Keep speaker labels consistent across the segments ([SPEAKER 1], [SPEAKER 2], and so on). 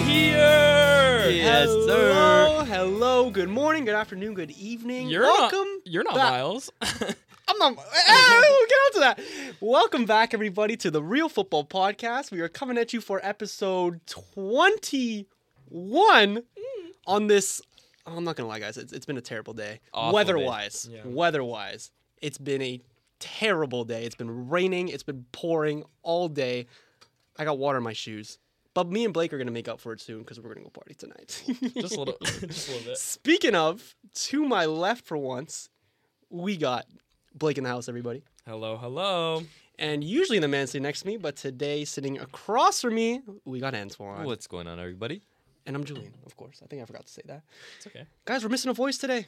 [SPEAKER 1] here.
[SPEAKER 2] Yes,
[SPEAKER 3] hello,
[SPEAKER 2] sir.
[SPEAKER 3] Hello. Good morning. Good afternoon. Good evening.
[SPEAKER 1] You're
[SPEAKER 3] Welcome.
[SPEAKER 1] Not, you're not
[SPEAKER 3] back.
[SPEAKER 1] Miles.
[SPEAKER 3] I'm not. Oh, get on to that. Welcome back, everybody, to the Real Football Podcast. We are coming at you for episode
[SPEAKER 1] Mm.
[SPEAKER 3] 21 on this. oh, I'm not gonna lie, guys. It's, it's been a terrible day,
[SPEAKER 1] Awful
[SPEAKER 3] weather-wise.
[SPEAKER 1] day. Yeah.
[SPEAKER 3] Weather-wise, it's been a terrible day. It's been raining. It's been pouring all day. I got water in my shoes. But me and Blake are gonna make up for it soon because we're gonna go party tonight.
[SPEAKER 1] just a little, just a little bit.
[SPEAKER 3] Speaking of, to my left for once, we got Blake in the house, everybody.
[SPEAKER 1] Hello, hello.
[SPEAKER 3] And usually the man sitting next to me, but today sitting across from me, we got Antoine.
[SPEAKER 2] What's going on, everybody?
[SPEAKER 3] And I'm Julian, of course. I think I forgot to say that.
[SPEAKER 1] It's okay.
[SPEAKER 3] Guys, we're missing a voice today.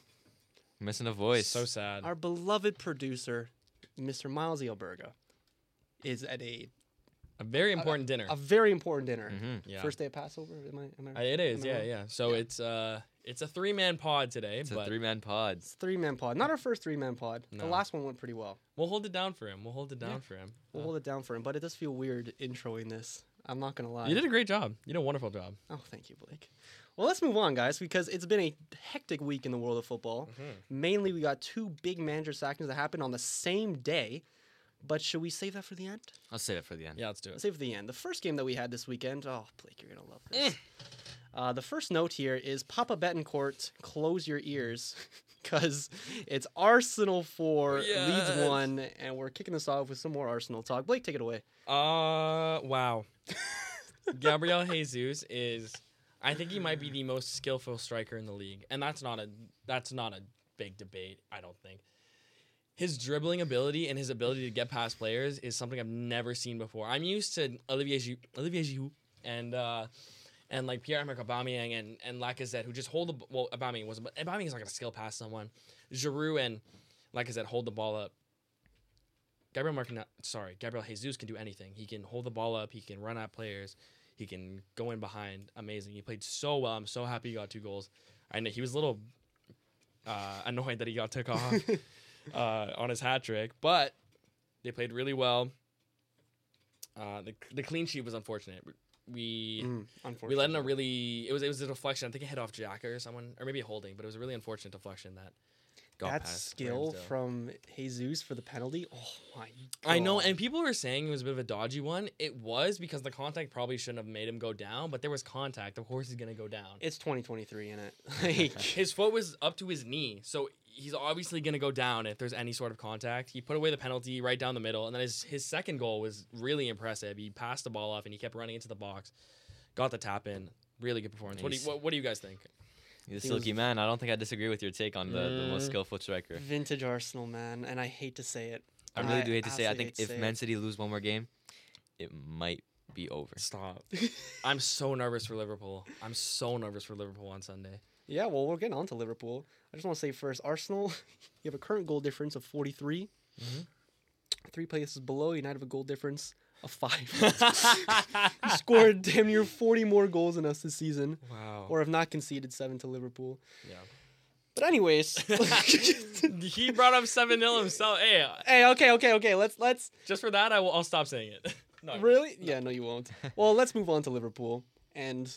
[SPEAKER 2] Missing a voice.
[SPEAKER 1] So sad.
[SPEAKER 3] Our beloved producer, Mr. Miles E. Alberga, is at a,
[SPEAKER 1] A very important dinner.
[SPEAKER 3] a very important dinner.
[SPEAKER 2] Mhm.
[SPEAKER 1] Mm-hmm, Yeah.
[SPEAKER 3] First day of Passover, am I, am I
[SPEAKER 1] Uh,
[SPEAKER 3] right?
[SPEAKER 1] It is.
[SPEAKER 3] Am I
[SPEAKER 1] Yeah,
[SPEAKER 3] right?
[SPEAKER 1] yeah. So it's uh, it's a three man pod today,
[SPEAKER 2] It's a
[SPEAKER 1] but
[SPEAKER 2] three man pod.
[SPEAKER 3] It's three man pod. Not our first three man pod. The
[SPEAKER 1] No.
[SPEAKER 3] last one went pretty well.
[SPEAKER 1] we'll hold it down for him. We'll hold it down for him.
[SPEAKER 3] We'll hold it down for him, but it does feel weird introing this. I'm not going to lie.
[SPEAKER 1] You did a great job. You did a wonderful job.
[SPEAKER 3] Oh, thank you, Blake. Well, let's move on, guys, because it's been a hectic week in the world of football.
[SPEAKER 1] Mm-hmm.
[SPEAKER 3] Mainly, we got two big manager sackings that happened on the same day. But should we save that for the end?
[SPEAKER 2] I'll save it for the end.
[SPEAKER 1] Yeah, let's do
[SPEAKER 3] Let's
[SPEAKER 1] it.
[SPEAKER 3] save it for the end. The first game that we had this weekend. Oh, Blake, you're gonna love
[SPEAKER 1] Eh.
[SPEAKER 3] this. Uh, the first note here is Papa Betancourt. Close your ears, because it's Arsenal four,
[SPEAKER 1] Yes.
[SPEAKER 3] Leeds one, and we're kicking this off with some more Arsenal talk. Blake, take it away.
[SPEAKER 1] Uh, wow. Gabriel Jesus is, I think he might be the most skillful striker in the league, and that's not a that's not a big debate. I don't think his dribbling ability and his ability to get past players is something I've never seen before. I'm used to Olivier Giroud, Olivier Giroud and uh, and like Pierre Emerick Aubameyang and and Lacazette who just hold the b- well Aubameyang wasn't but Aubameyang's not gonna skill past someone. Giroud and Lacazette hold the ball up. Gabriel Martin, sorry, Gabriel Jesus can do anything. He can hold the ball up. He can run at players. He can go in behind. Amazing. He played so well. I'm so happy he got two goals. I know he was a little uh, annoyed that he got took off uh, on his hat trick, but they played really well. Uh, the the clean sheet was unfortunate. We
[SPEAKER 3] Mm,
[SPEAKER 1] we
[SPEAKER 3] unfortunately,
[SPEAKER 1] let in a really it was it was a deflection. I think it hit off Jacker or someone or maybe a holding, but it was a really unfortunate deflection that got
[SPEAKER 3] that
[SPEAKER 1] past
[SPEAKER 3] skill
[SPEAKER 1] Ramsdale.
[SPEAKER 3] from Jesus for the penalty. Oh my! God.
[SPEAKER 1] I know, and people were saying it was a bit of a dodgy one. It was because the contact probably shouldn't have made him go down, but there was contact. Of course, he's gonna go down.
[SPEAKER 3] it's 2023 in it. Like,
[SPEAKER 1] His foot was up to his knee, so he's obviously gonna go down if there's any sort of contact. He put away the penalty right down the middle, and then his his second goal was really impressive. He passed the ball off and he kept running into the box, got the tap in. Really good performance. What do you,
[SPEAKER 2] Nice.
[SPEAKER 1] what, what do you guys think?
[SPEAKER 2] He's a
[SPEAKER 3] He
[SPEAKER 2] silky
[SPEAKER 3] was-
[SPEAKER 2] man. I don't think I disagree with your take on the, the most
[SPEAKER 1] Mm.
[SPEAKER 2] skillful striker.
[SPEAKER 3] vintage Arsenal, man, and I hate to say it.
[SPEAKER 2] I really do hate to say. I
[SPEAKER 3] absolutely
[SPEAKER 2] think
[SPEAKER 3] hate to
[SPEAKER 2] if
[SPEAKER 3] say
[SPEAKER 2] Man
[SPEAKER 3] it.
[SPEAKER 2] City lose one more game, it might be over.
[SPEAKER 1] Stop. I'm so nervous for Liverpool. I'm so nervous for Liverpool on Sunday.
[SPEAKER 3] Yeah, well, we're getting on to Liverpool. I just want to say first, Arsenal, you have a current goal difference of 43. Three places below, United have a goal difference of five. You scored damn near 40 more goals than us this season,
[SPEAKER 1] wow.
[SPEAKER 3] or have not conceded seven to Liverpool.
[SPEAKER 1] yeah.
[SPEAKER 3] But anyways, hey,
[SPEAKER 1] he brought up 7 0 himself. Hey,
[SPEAKER 3] okay, okay, okay. Let's let's
[SPEAKER 1] just for that, I will, I'll stop saying it. No,
[SPEAKER 3] Really? Yeah, no, you won't. Well, let's move on to Liverpool. And,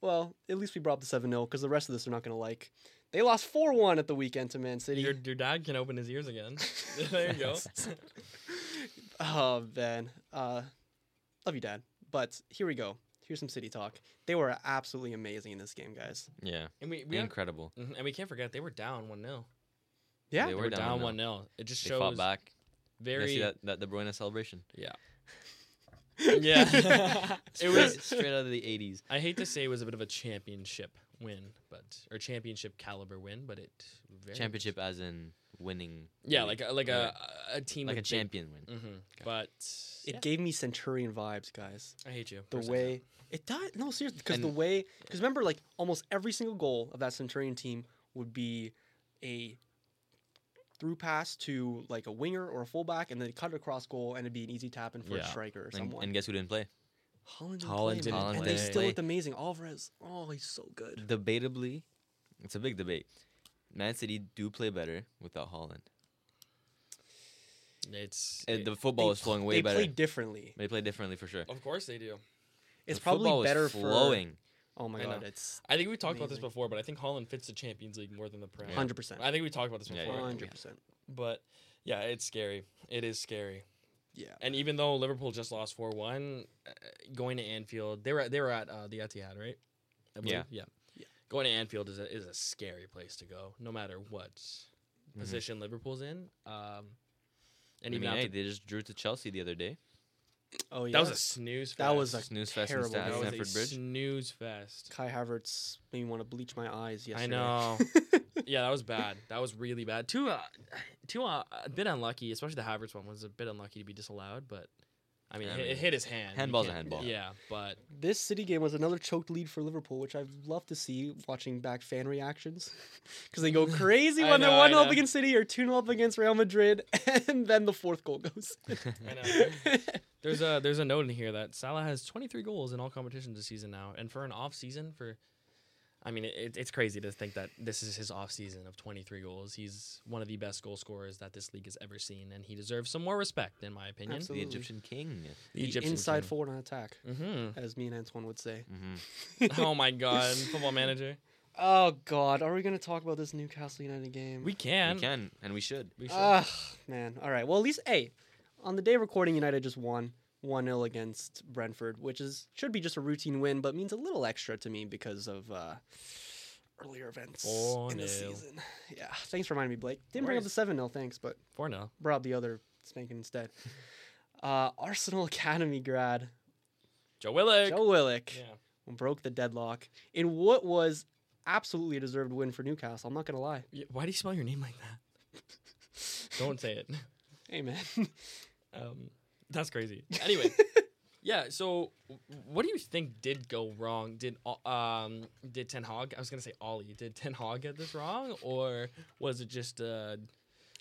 [SPEAKER 3] well, at least we brought up the 7 0 because the rest of this they're not going to like. They lost 4 1 at the weekend to Man City.
[SPEAKER 1] Your, your dad can open his ears again. there you go.
[SPEAKER 3] Oh, man. Uh, love you, Dad. But here we go. Here's some City talk. They were absolutely amazing in this game, guys.
[SPEAKER 2] Yeah,
[SPEAKER 1] And we, we have,
[SPEAKER 2] incredible.
[SPEAKER 1] Mhm, and we can't forget they were down 1 0.
[SPEAKER 3] Yeah.
[SPEAKER 2] they
[SPEAKER 1] They
[SPEAKER 2] were,
[SPEAKER 1] were down 1
[SPEAKER 2] one.
[SPEAKER 1] 0. It just
[SPEAKER 2] They
[SPEAKER 1] shows
[SPEAKER 2] fought back. You guys
[SPEAKER 1] very.
[SPEAKER 2] see that, that De Bruyne celebration?
[SPEAKER 1] Yeah. it
[SPEAKER 2] Straight-
[SPEAKER 1] was.
[SPEAKER 2] straight out of the '80s.
[SPEAKER 1] I hate to say it was a bit of a championship win, but. Or championship caliber win, but it. Very,
[SPEAKER 2] Championship, as in winning. the
[SPEAKER 1] Yeah,
[SPEAKER 2] league.
[SPEAKER 1] like, a- like a, a a team.
[SPEAKER 2] like a
[SPEAKER 1] with big-
[SPEAKER 2] champion win.
[SPEAKER 1] Mhm, But.
[SPEAKER 3] It
[SPEAKER 1] yeah,
[SPEAKER 3] gave me Centurion vibes, guys.
[SPEAKER 1] I hate you.
[SPEAKER 3] The
[SPEAKER 1] for saying that.
[SPEAKER 3] way it died. No, seriously, because the
[SPEAKER 2] And-
[SPEAKER 3] way. Because remember, like, almost every single goal of that Centurion team would be a through pass to, like, a winger or a fullback, and then they cut it across goal, and it'd be an easy tap in for a
[SPEAKER 1] Yeah.
[SPEAKER 3] striker or
[SPEAKER 2] And,
[SPEAKER 3] someone.
[SPEAKER 2] and guess who didn't play?
[SPEAKER 3] Holland didn't
[SPEAKER 1] Holland
[SPEAKER 3] play, man,
[SPEAKER 1] didn't
[SPEAKER 3] and they
[SPEAKER 1] play.
[SPEAKER 3] still looked amazing. Alvarez, oh, he's so good.
[SPEAKER 2] Debatably, it's a big debate. Man City do play better without Holland.
[SPEAKER 1] It's.
[SPEAKER 2] And
[SPEAKER 1] it-
[SPEAKER 2] the football
[SPEAKER 3] they
[SPEAKER 2] is flowing way
[SPEAKER 3] They
[SPEAKER 2] better.
[SPEAKER 3] play differently.
[SPEAKER 2] They play differently for sure.
[SPEAKER 1] of course they do.
[SPEAKER 3] It's
[SPEAKER 2] the
[SPEAKER 3] probably
[SPEAKER 2] football
[SPEAKER 3] better
[SPEAKER 2] is flowing.
[SPEAKER 3] Oh my
[SPEAKER 1] I know.
[SPEAKER 3] god, it's
[SPEAKER 1] I think we talked about this
[SPEAKER 3] Amazing.
[SPEAKER 1] before, but I think Holland fits the Champions League more than the Prem.
[SPEAKER 3] hundred percent,
[SPEAKER 1] I think we talked about this
[SPEAKER 2] Yeah,
[SPEAKER 1] before.
[SPEAKER 2] yeah.
[SPEAKER 3] hundred percent.
[SPEAKER 1] But yeah, it's scary. It is scary.
[SPEAKER 3] Yeah,
[SPEAKER 1] And even though Liverpool just lost four one, uh, going to Anfield, they were they were at uh, the Etihad, right? I believe.
[SPEAKER 2] Yeah.
[SPEAKER 1] yeah,
[SPEAKER 3] Yeah.
[SPEAKER 1] Going to Anfield is a, is a scary place to go, no matter what
[SPEAKER 3] Mm-hmm.
[SPEAKER 1] position Liverpool's in. Um, and
[SPEAKER 2] I
[SPEAKER 1] even
[SPEAKER 2] mean, hey,
[SPEAKER 1] after,
[SPEAKER 2] they just drew to Chelsea the other day.
[SPEAKER 3] Oh yeah,
[SPEAKER 1] that was a snooze. Fest.
[SPEAKER 3] That was a
[SPEAKER 2] Snooze fest in
[SPEAKER 3] terrible
[SPEAKER 1] that
[SPEAKER 2] Stan-
[SPEAKER 3] game.
[SPEAKER 1] was a
[SPEAKER 2] Stamford Bridge.
[SPEAKER 1] snooze fest.
[SPEAKER 3] Kai Havertz made me want to bleach my eyes yesterday.
[SPEAKER 1] know. Yeah, that was bad. That was really bad. Too, uh, too uh, a bit unlucky, especially the Havertz one was a bit unlucky to be disallowed, but I mean,
[SPEAKER 2] I
[SPEAKER 1] it, hit-
[SPEAKER 2] mean,
[SPEAKER 1] it hit his hand. You
[SPEAKER 2] handball's a
[SPEAKER 1] can't-
[SPEAKER 2] handball.
[SPEAKER 1] Yeah, but
[SPEAKER 3] this City game was another choked lead for Liverpool, which I've loved to see watching back fan reactions because they go crazy
[SPEAKER 1] I
[SPEAKER 3] when
[SPEAKER 1] know, I
[SPEAKER 3] they're one 0
[SPEAKER 1] know.
[SPEAKER 3] up against City or two 0 up against Real Madrid, and then the fourth goal goes.
[SPEAKER 1] I know. There's a there's a note in here that Salah has 23 goals in all competitions this season now, and for an off season for, I mean it, it's crazy to think that this is his off season of 23 goals. He's one of the best goal scorers that this league has ever seen, and he deserves some more respect in my opinion.
[SPEAKER 2] The
[SPEAKER 3] Absolutely.
[SPEAKER 2] Egyptian king.
[SPEAKER 3] The inside forward on attack,
[SPEAKER 1] hmm
[SPEAKER 3] as me and Antoine would say.
[SPEAKER 2] hmm
[SPEAKER 1] Oh my God, Football Manager.
[SPEAKER 3] Oh God, are we gonna talk about this Newcastle United game?
[SPEAKER 1] We can. Ah.
[SPEAKER 2] we can and we should.
[SPEAKER 1] We should.
[SPEAKER 3] Ugh, man. All right. Well, at least hey, on the day of recording, United just won one 0 against Brentford, which is should be just a routine win, but means a little extra to me because of uh, earlier events in the
[SPEAKER 1] 4-0.
[SPEAKER 3] season. Yeah. Thanks for reminding me, Blake. Didn't bring up the
[SPEAKER 1] worries.
[SPEAKER 3] seven 0 Thanks, but
[SPEAKER 1] Four now.
[SPEAKER 3] brought up the other spanking instead. Uh, Arsenal Academy grad
[SPEAKER 1] Joe Willock.
[SPEAKER 3] Joe Willock
[SPEAKER 1] Yeah.
[SPEAKER 3] broke the deadlock in what was absolutely a deserved win for Newcastle. I'm not gonna lie.
[SPEAKER 1] Y- Why do you spell your name like that? Don't say it.
[SPEAKER 3] Hey, man.
[SPEAKER 1] Um, that's crazy. Anyway, yeah. So, w- what do you think did go wrong? Did uh, um did Ten Hog? I was gonna say Ollie. Did Ten Hog get this wrong, or was it just uh,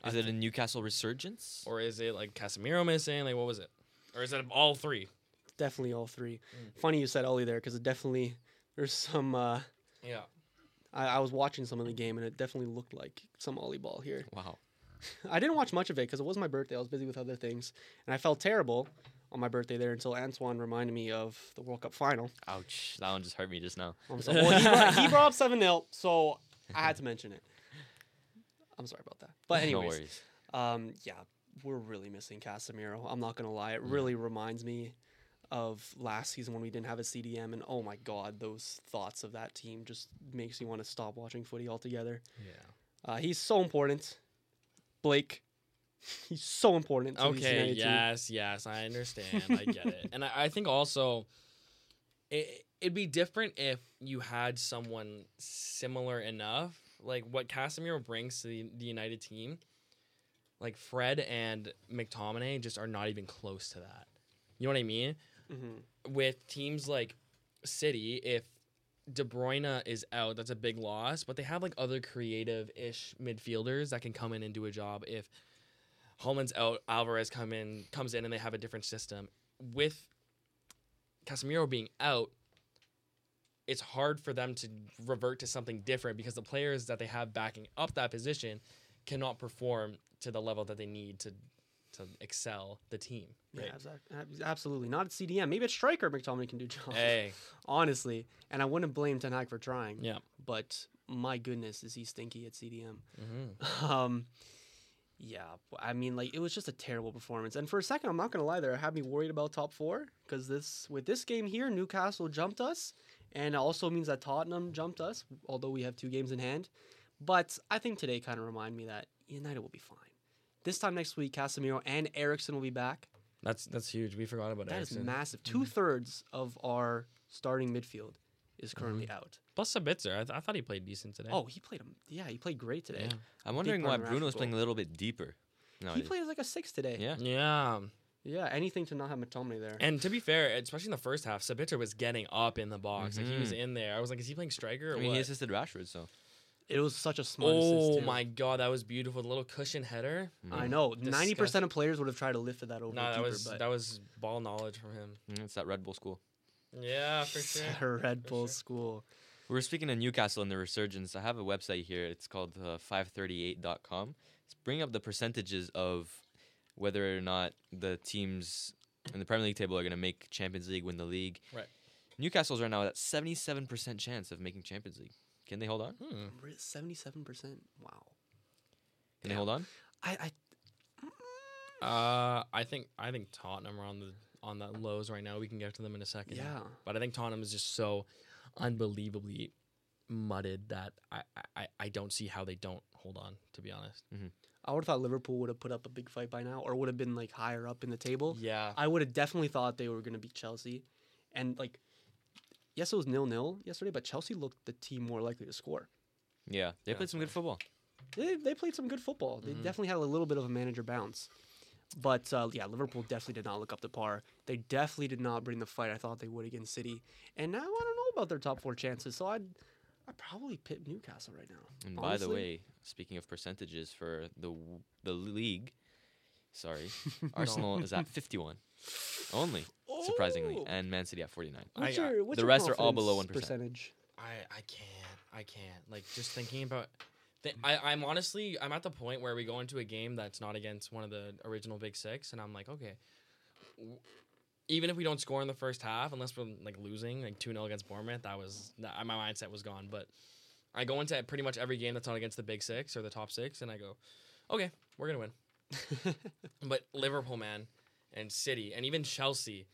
[SPEAKER 1] I
[SPEAKER 2] Is it a Newcastle resurgence?
[SPEAKER 1] or is it like Casemiro missing? Like, what was it? Or is it all three?
[SPEAKER 3] definitely all three. Funny you said Ollie there because it definitely there's some. Uh,
[SPEAKER 1] Yeah.
[SPEAKER 3] I, I was watching some of the game and it definitely looked like some Ollie ball here.
[SPEAKER 2] wow.
[SPEAKER 3] I didn't watch much of it because it was my birthday. I was busy with other things and I felt terrible on my birthday there until Antoine reminded me of the World Cup final.
[SPEAKER 2] Ouch. That one just hurt me just now.
[SPEAKER 3] Um, so- well, he, brought, he brought up seven 0 so I had to mention it. I'm sorry about that, but
[SPEAKER 2] no
[SPEAKER 3] anyways,
[SPEAKER 2] worries.
[SPEAKER 3] um, yeah, we're really missing Casemiro. I'm not gonna lie, it really reminds me of last season when we didn't have a CDM, and oh my god, those thoughts of that team just makes me want to stop watching footy altogether.
[SPEAKER 1] Yeah.
[SPEAKER 3] Uh, he's so important, Blake. He's so important. To this
[SPEAKER 1] Okay.
[SPEAKER 3] United team.
[SPEAKER 1] Yes. Yes. I understand. I get it. And I, I think also, it, it'd be different if you had someone similar enough, like what Casemiro brings to the, the United team. Like Fred and McTominay just are not even close to that. You know what I mean?
[SPEAKER 3] Mhm.
[SPEAKER 1] With teams like City, if De Bruyne is out, that's a big loss. But they have like other creative-ish midfielders that can come in and do a job. If Holman's out, Alvarez come in comes in, and they have a different system. With Casemiro being out, it's hard for them to revert to something different because the players that they have backing up that position cannot perform to the level that they need to to excel the team.
[SPEAKER 3] Yeah, abso- ab- absolutely. Not at CDM. Maybe at striker, McTominay can do jobs.
[SPEAKER 1] Hey,
[SPEAKER 3] Honestly, and I wouldn't blame Ten Hag for trying.
[SPEAKER 1] Yeah.
[SPEAKER 3] But my goodness, is he stinky at CDM?
[SPEAKER 1] Mhm.
[SPEAKER 3] Um, yeah, w- I mean, like it was just a terrible performance. And for a second, I'm not gonna lie, there it had me worried about top four because this with this game here, Newcastle jumped us, and it also means that Tottenham jumped us, although we have two games in hand. But I think today kind of remind me that United will be fine. This time next week, Casemiro and Ericsson will be back.
[SPEAKER 1] that's that's huge. We forgot about
[SPEAKER 3] That is
[SPEAKER 1] Eriksen.
[SPEAKER 3] massive. Two thirds of our starting midfield is currently out.
[SPEAKER 1] Plus Sabitzer, I, th- I thought he played decent today.
[SPEAKER 3] Oh, he played him. Yeah, he played great today.
[SPEAKER 1] Yeah.
[SPEAKER 2] I'm wondering
[SPEAKER 3] Deeper
[SPEAKER 2] why
[SPEAKER 3] and
[SPEAKER 2] Bruno's
[SPEAKER 3] Rashford.
[SPEAKER 2] playing a little bit deeper. No,
[SPEAKER 3] he played like a six today.
[SPEAKER 2] Yeah.
[SPEAKER 1] yeah.
[SPEAKER 3] Yeah, anything to not have McTominay there.
[SPEAKER 1] And to be fair, especially in the first half, Sabitzer was getting up in the box. Like he was in there. I was like, is he playing striker or
[SPEAKER 2] I mean,
[SPEAKER 1] what?
[SPEAKER 2] he assisted Rashford, so
[SPEAKER 3] It was such a smart assist.
[SPEAKER 1] Oh
[SPEAKER 3] too.
[SPEAKER 1] my god, that was beautiful. The little cushion header.
[SPEAKER 3] I know. Ninety
[SPEAKER 1] Disgusting.
[SPEAKER 3] percent of players would have tried to lift for that over
[SPEAKER 1] No,
[SPEAKER 3] the
[SPEAKER 1] that
[SPEAKER 3] keeper,
[SPEAKER 1] was
[SPEAKER 3] but
[SPEAKER 1] that was ball knowledge from him.
[SPEAKER 2] mm, it's that Red Bull school.
[SPEAKER 1] Yeah, for sure.
[SPEAKER 3] her Red
[SPEAKER 1] For
[SPEAKER 3] Bull
[SPEAKER 1] sure.
[SPEAKER 3] school.
[SPEAKER 2] We were speaking of Newcastle and the resurgence. I have a website here. It's called uh, 538.com. It's bringing up the percentages of whether or not the teams in the Premier League table are going to make Champions League, win the league.
[SPEAKER 1] Right.
[SPEAKER 2] Newcastle's right now at 77% chance of making Champions League. Can they hold on? Can
[SPEAKER 1] Hmm.
[SPEAKER 3] Seventy-seven percent. Wow.
[SPEAKER 2] they hold on?
[SPEAKER 3] I, I
[SPEAKER 1] Uh, I think I think Tottenham are on the on the lows right now. We can get to them in a second.
[SPEAKER 3] yeah.
[SPEAKER 1] But I think Tottenham is just so unbelievably mudded that I I, I don't see how they don't hold on. To be honest.
[SPEAKER 3] I would have thought Liverpool would have put up a big fight by now, or would have been like higher up in the table.
[SPEAKER 1] Yeah.
[SPEAKER 3] I would have definitely thought they were going to beat Chelsea, and like, yes, it was nil-nil yesterday, but Chelsea looked the team more likely to score.
[SPEAKER 2] Yeah. They
[SPEAKER 1] Yeah,
[SPEAKER 2] played some good football.
[SPEAKER 3] They, they played some good football.
[SPEAKER 2] Mm-hmm.
[SPEAKER 3] They definitely had a little bit of a manager bounce, but uh, yeah, Liverpool definitely did not look up to par. They definitely did not bring the fight I thought they would against City, and now I don't know about their top four chances. So I'd. I probably pit Newcastle right now.
[SPEAKER 2] And by the
[SPEAKER 3] Honestly.
[SPEAKER 2] way, speaking of percentages for the w- the league, sorry, Arsenal is at 51 only, surprisingly,
[SPEAKER 3] Oh!
[SPEAKER 2] and Man City at 49.
[SPEAKER 3] What's
[SPEAKER 1] I- I-
[SPEAKER 3] your, what's
[SPEAKER 2] the
[SPEAKER 3] your
[SPEAKER 2] rest are all
[SPEAKER 3] confidence
[SPEAKER 2] below 1%.
[SPEAKER 3] percentage.
[SPEAKER 1] I I can't I can't like just thinking about. Th- I I'm honestly I'm at the point where we go into a game that's not against one of the original big six, and I'm like, okay. w- Even if we don't score in the first half, unless we're like losing like two 0 against Bournemouth, that was that, my mindset was gone. But I go into pretty much every game that's not against the big six or the top six, and I go, okay, we're gonna win. But Liverpool, man, and City, and even Chelsea,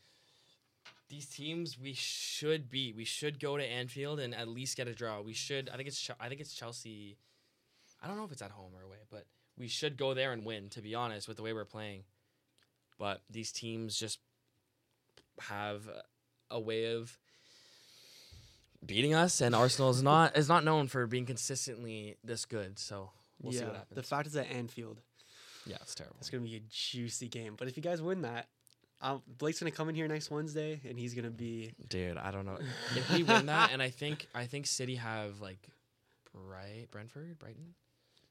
[SPEAKER 1] these teams we should beat. We should go to Anfield and at least get a draw. We should. I think it's. Che- I think it's Chelsea. I don't know if it's at home or away, but we should go there and win. To be honest, with the way we're playing, but these teams just have a way of beating us, and Arsenal is not is not known for being consistently this good. So we'll see what happens.
[SPEAKER 3] The fact is that Anfield,
[SPEAKER 1] yeah, it's terrible.
[SPEAKER 3] it's gonna be a juicy game. But if you guys win that, um, Blake's gonna come in here next Wednesday, and he's gonna be
[SPEAKER 1] Dude, I don't know. If we win that, and I think I think City have like Bright Brentford, Brighton.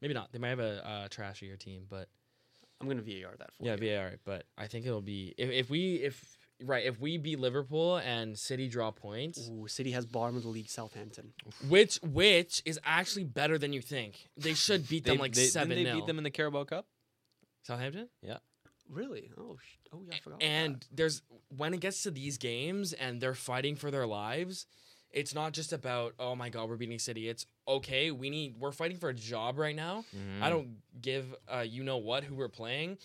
[SPEAKER 1] Maybe not. They might have a uh, trashier team, but
[SPEAKER 3] I'm gonna VAR that for
[SPEAKER 1] yeah,
[SPEAKER 3] you.
[SPEAKER 1] VAR. But I think it'll be if, if we if right if we beat Liverpool and City draw points,
[SPEAKER 3] Ooh, City has bottom of the league, Southampton.
[SPEAKER 1] which which is actually better than you think. They should beat them like
[SPEAKER 2] they,
[SPEAKER 1] seven.
[SPEAKER 2] Didn't they beat them Oh, in the Carabao Cup?
[SPEAKER 1] Southampton.
[SPEAKER 3] Really? Oh, sh- oh yeah, I forgot. about
[SPEAKER 1] and there's when it gets to these games and they're fighting for their lives it's not just about oh my god we're beating city it's okay we need we're fighting for a job right now
[SPEAKER 2] Mm-hmm.
[SPEAKER 1] i don't give uh you know what who we're playing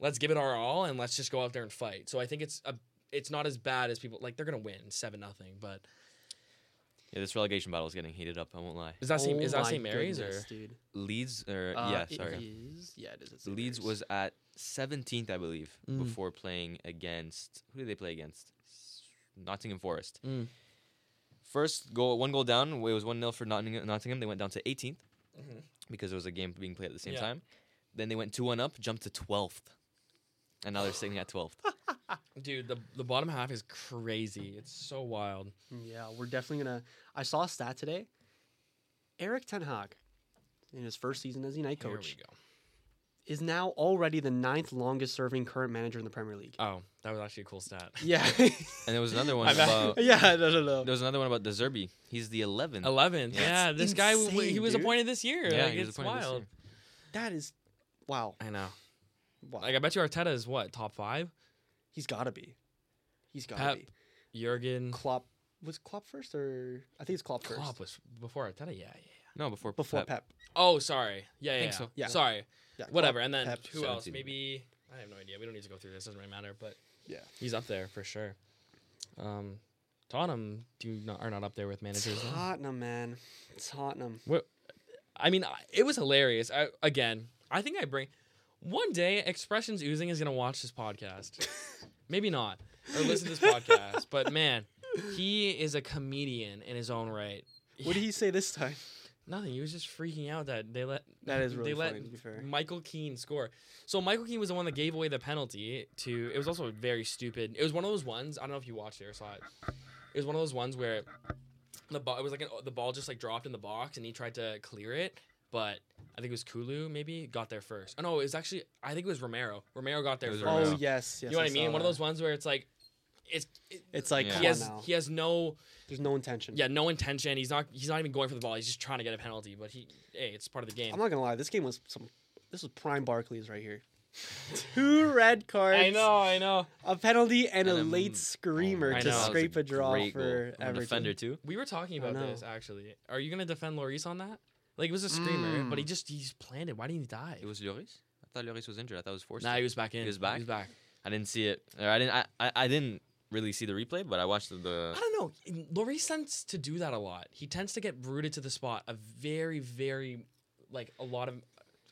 [SPEAKER 1] let's give it our all and let's just go out there and fight so i think it's a it's not as bad as people like they're gonna win seven nothing but
[SPEAKER 2] Yeah, this relegation battle is getting heated up. I won't lie.
[SPEAKER 1] is
[SPEAKER 3] that.
[SPEAKER 1] that St. is
[SPEAKER 3] Oh
[SPEAKER 1] that
[SPEAKER 3] my
[SPEAKER 1] St. Mary's
[SPEAKER 3] goodness,
[SPEAKER 1] or
[SPEAKER 3] dude?
[SPEAKER 2] Leeds, or
[SPEAKER 3] Uh,
[SPEAKER 2] yeah,
[SPEAKER 3] it
[SPEAKER 2] sorry,
[SPEAKER 3] is- yeah, it is. at St.
[SPEAKER 2] Leeds
[SPEAKER 3] Mary's.
[SPEAKER 2] was at 17th, I believe,
[SPEAKER 1] Mm.
[SPEAKER 2] before playing against who did they play against? S- Nottingham Forest.
[SPEAKER 1] Mm.
[SPEAKER 2] First goal, one goal down. It was one 0 for Nottingham. Nottingham. They went down to 18th Mm-hmm.
[SPEAKER 1] Mhm.
[SPEAKER 2] because there was a game being played at the same
[SPEAKER 1] Yeah.
[SPEAKER 2] time. Then they went two one up, jumped to 12th, and now they're sitting at 12th.
[SPEAKER 1] dude the the bottom half is crazy it's so wild
[SPEAKER 3] Mm, Yeah, we're definitely gonna. I saw a stat today. Eric Ten Hag, in his first season as United
[SPEAKER 1] Here
[SPEAKER 3] coach,
[SPEAKER 1] we go
[SPEAKER 3] is now already the ninth longest-serving current manager in the Premier League.
[SPEAKER 1] oh that was actually a cool stat
[SPEAKER 3] Yeah.
[SPEAKER 2] And there was another one
[SPEAKER 1] I'm not-
[SPEAKER 2] about
[SPEAKER 3] yeah, no, no, no.
[SPEAKER 2] there was another one about the Zerbi. He's the 11th.
[SPEAKER 1] 11
[SPEAKER 2] Yeah.
[SPEAKER 1] yeah, this guy w- w- he
[SPEAKER 3] insane,
[SPEAKER 1] was
[SPEAKER 3] dude.
[SPEAKER 1] appointed this year
[SPEAKER 2] Yeah,
[SPEAKER 1] like,
[SPEAKER 2] he was
[SPEAKER 1] it's
[SPEAKER 2] appointed this year.
[SPEAKER 1] wild
[SPEAKER 3] That is, wow.
[SPEAKER 1] I know.
[SPEAKER 3] wow.
[SPEAKER 1] Like I bet you Arteta is what top five.
[SPEAKER 3] He's got to be. He's got
[SPEAKER 1] Pep
[SPEAKER 3] to be.
[SPEAKER 1] Jurgen
[SPEAKER 3] Klopp was Klopp first, or I think it's Klopp first.
[SPEAKER 1] Klopp was before Arteta. Yeah, yeah. yeah.
[SPEAKER 2] No, before
[SPEAKER 3] before Pep.
[SPEAKER 1] Oh, sorry. Yeah, yeah.
[SPEAKER 2] think
[SPEAKER 1] yeah.
[SPEAKER 2] so.
[SPEAKER 3] Yeah.
[SPEAKER 1] Sorry.
[SPEAKER 3] Yeah, Klopp,
[SPEAKER 1] Whatever. And then
[SPEAKER 3] Pep,
[SPEAKER 1] who else?
[SPEAKER 2] 17.
[SPEAKER 1] Maybe I have no idea. We don't need to go through this. Doesn't really matter. But
[SPEAKER 3] Yeah.
[SPEAKER 1] he's up there for sure. Um, Tottenham do not are not up there with managers. no?
[SPEAKER 3] Tottenham, man. Tottenham.
[SPEAKER 1] I mean, I- it was hilarious. I, again, I think I bring one day expressions oozing is gonna watch this podcast. Maybe not or listen to this podcast. But man, he is a comedian in his own right.
[SPEAKER 3] What did he say this time?
[SPEAKER 1] Nothing. He was just freaking out that they let
[SPEAKER 3] That is really
[SPEAKER 1] they let
[SPEAKER 3] funny, to be fair.
[SPEAKER 1] Michael Keane score. So Michael Keane was the one that gave away the penalty to. It was also very stupid. It was one of those ones. I don't know if you watched it or saw it. It was one of those ones where the ball. It was like an, the ball just like dropped in the box and he tried to clear it, but I think it was Kulu maybe got there first. Oh no, it was actually I think it was Romero. Romero got there
[SPEAKER 2] It was
[SPEAKER 1] first.
[SPEAKER 2] Romero.
[SPEAKER 3] Oh
[SPEAKER 2] Wow.
[SPEAKER 3] yes, yes.
[SPEAKER 1] You know what I
[SPEAKER 3] saw
[SPEAKER 1] mean? One of
[SPEAKER 3] that.
[SPEAKER 1] those ones where it's like, it's it,
[SPEAKER 3] It's like
[SPEAKER 2] Yeah.
[SPEAKER 3] come
[SPEAKER 1] he has
[SPEAKER 3] on now.
[SPEAKER 1] he has no
[SPEAKER 3] There's no intention.
[SPEAKER 1] yeah, no intention. He's not. He's not even going for the ball. He's just trying to get a penalty. But he, hey, it's part of the game.
[SPEAKER 3] I'm not gonna lie. This game was some. This was prime Barclays right here. Two red cards,
[SPEAKER 1] I know, I know.
[SPEAKER 3] a penalty, and,
[SPEAKER 2] And
[SPEAKER 3] a
[SPEAKER 2] a
[SPEAKER 3] late
[SPEAKER 2] m-
[SPEAKER 3] screamer
[SPEAKER 1] I
[SPEAKER 2] Oh, That
[SPEAKER 1] know.
[SPEAKER 3] to
[SPEAKER 2] was
[SPEAKER 3] scrape a draw
[SPEAKER 2] great goal.
[SPEAKER 3] for
[SPEAKER 2] I'm a
[SPEAKER 3] Everton.
[SPEAKER 2] defender too.
[SPEAKER 1] We were talking
[SPEAKER 3] I
[SPEAKER 1] about
[SPEAKER 3] know.
[SPEAKER 1] this actually. Are you gonna defend Lloris on that? Like it was a screamer, but he
[SPEAKER 2] Mm.
[SPEAKER 1] just he just planned it. Why didn't he die?
[SPEAKER 2] It was Lloris. I thought Lloris was injured. I thought it was forced.
[SPEAKER 1] nah, he was back in.
[SPEAKER 2] He was back?
[SPEAKER 1] He was back.
[SPEAKER 2] I didn't see it. Or I didn't. I, I, I didn't really see the replay, but I watched the.
[SPEAKER 1] I don't know. Lloris tends to do that a lot. He tends to get rooted to the spot. A very, very, like a lot of,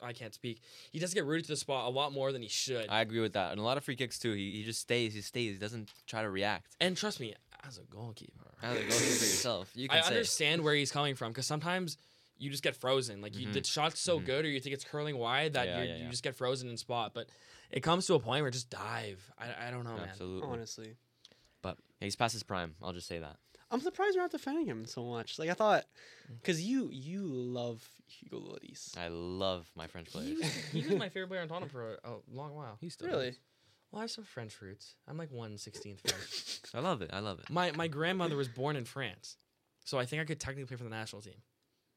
[SPEAKER 1] I can't speak. He does get rooted to the spot a lot more than he should.
[SPEAKER 2] I agree with that, and a lot of free kicks too. He, he just stays. He stays. He doesn't try to react.
[SPEAKER 1] and trust me, as a goalkeeper,
[SPEAKER 2] Either go see for yourself. You
[SPEAKER 1] I
[SPEAKER 2] can say.
[SPEAKER 1] understand where he's coming from because sometimes you just get frozen. Like you, the shot's so good, or you think it's curling wide that
[SPEAKER 2] Mm-hmm. Yeah,
[SPEAKER 1] you're,
[SPEAKER 2] yeah, yeah.
[SPEAKER 1] you just get frozen in spot. But it comes to a point where just dive. I, I don't know, Oh, man.
[SPEAKER 2] Absolutely.
[SPEAKER 3] Honestly,
[SPEAKER 2] But yeah, he's past his prime. I'll just say that.
[SPEAKER 3] I'm surprised you're not defending him so much. Like I thought,
[SPEAKER 1] Mm.
[SPEAKER 3] because you you love Hugo Lloris.
[SPEAKER 2] I love my French
[SPEAKER 1] He
[SPEAKER 2] players.
[SPEAKER 1] was, he was my favorite player on Tottenham for a, a long while.
[SPEAKER 2] He still
[SPEAKER 3] Really?
[SPEAKER 2] does.
[SPEAKER 1] Well, I have some French roots. I'm like one sixteenth French.
[SPEAKER 2] I love it. I love it.
[SPEAKER 1] My my grandmother was born in France, so I think I could technically play for the national team.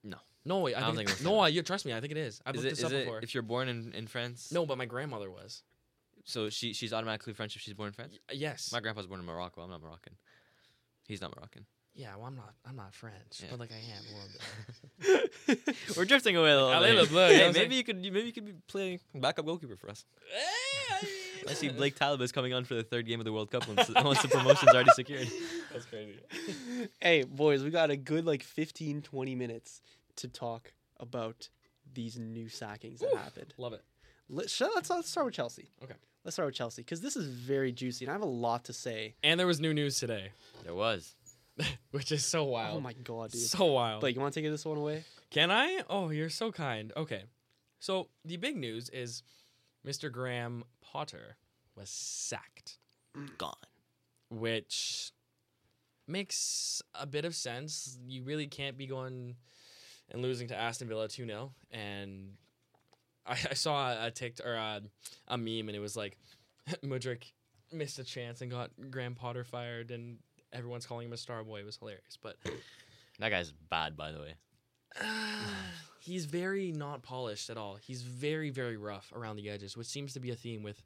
[SPEAKER 2] No.
[SPEAKER 1] no, wait, I,
[SPEAKER 2] I don't
[SPEAKER 1] think,
[SPEAKER 2] think we're
[SPEAKER 1] no. I, you trust me, I think it is. I've
[SPEAKER 2] Is
[SPEAKER 1] looked
[SPEAKER 2] it,
[SPEAKER 1] this
[SPEAKER 2] is
[SPEAKER 1] up
[SPEAKER 2] it
[SPEAKER 1] before.
[SPEAKER 2] if you're born in, in France?
[SPEAKER 1] no, but my grandmother was.
[SPEAKER 2] So she she's automatically French if she's born in France.
[SPEAKER 1] Y- yes.
[SPEAKER 2] My grandpa's born in Morocco. I'm not Moroccan. He's not Moroccan.
[SPEAKER 1] yeah. Well, I'm not. I'm not French,
[SPEAKER 2] Yeah.
[SPEAKER 1] but like I am a little bit.
[SPEAKER 2] We're drifting away a little.
[SPEAKER 1] I
[SPEAKER 2] bit.
[SPEAKER 1] live a blur, you know what
[SPEAKER 2] Hey,
[SPEAKER 1] I'm saying?
[SPEAKER 2] maybe you could you- maybe you could be playing backup goalkeeper for us. I see Blake Talib is coming on for the third game of the World Cup once, once the promotion's already secured.
[SPEAKER 1] That's crazy.
[SPEAKER 3] Hey boys, we got a good like 15, 20 minutes to talk about these new sackings that happened.
[SPEAKER 1] Love it.
[SPEAKER 3] Let, sh- let's let's start with Chelsea.
[SPEAKER 1] Okay.
[SPEAKER 3] Let's start with Chelsea because this is very juicy, and I have a lot to say.
[SPEAKER 1] And there was new news today,
[SPEAKER 2] There was.
[SPEAKER 1] which is so wild.
[SPEAKER 3] Oh my god, dude!
[SPEAKER 1] so wild.
[SPEAKER 3] Blake, you want to take this one away?
[SPEAKER 1] Can I? Oh, you're so kind. Okay. So the big news is Mr. Graham Potter was sacked,
[SPEAKER 2] Gone.
[SPEAKER 1] which makes a bit of sense. You really can't be going and losing to Aston Villa 2 0. And I, I saw a tick or a, a meme and it was like Mudrick missed a chance and got Graham Potter fired and everyone's calling him a star boy. It was hilarious. But
[SPEAKER 2] That guy's bad, by the way.
[SPEAKER 1] he's very not polished at all. He's very very rough around the edges, which seems to be a theme with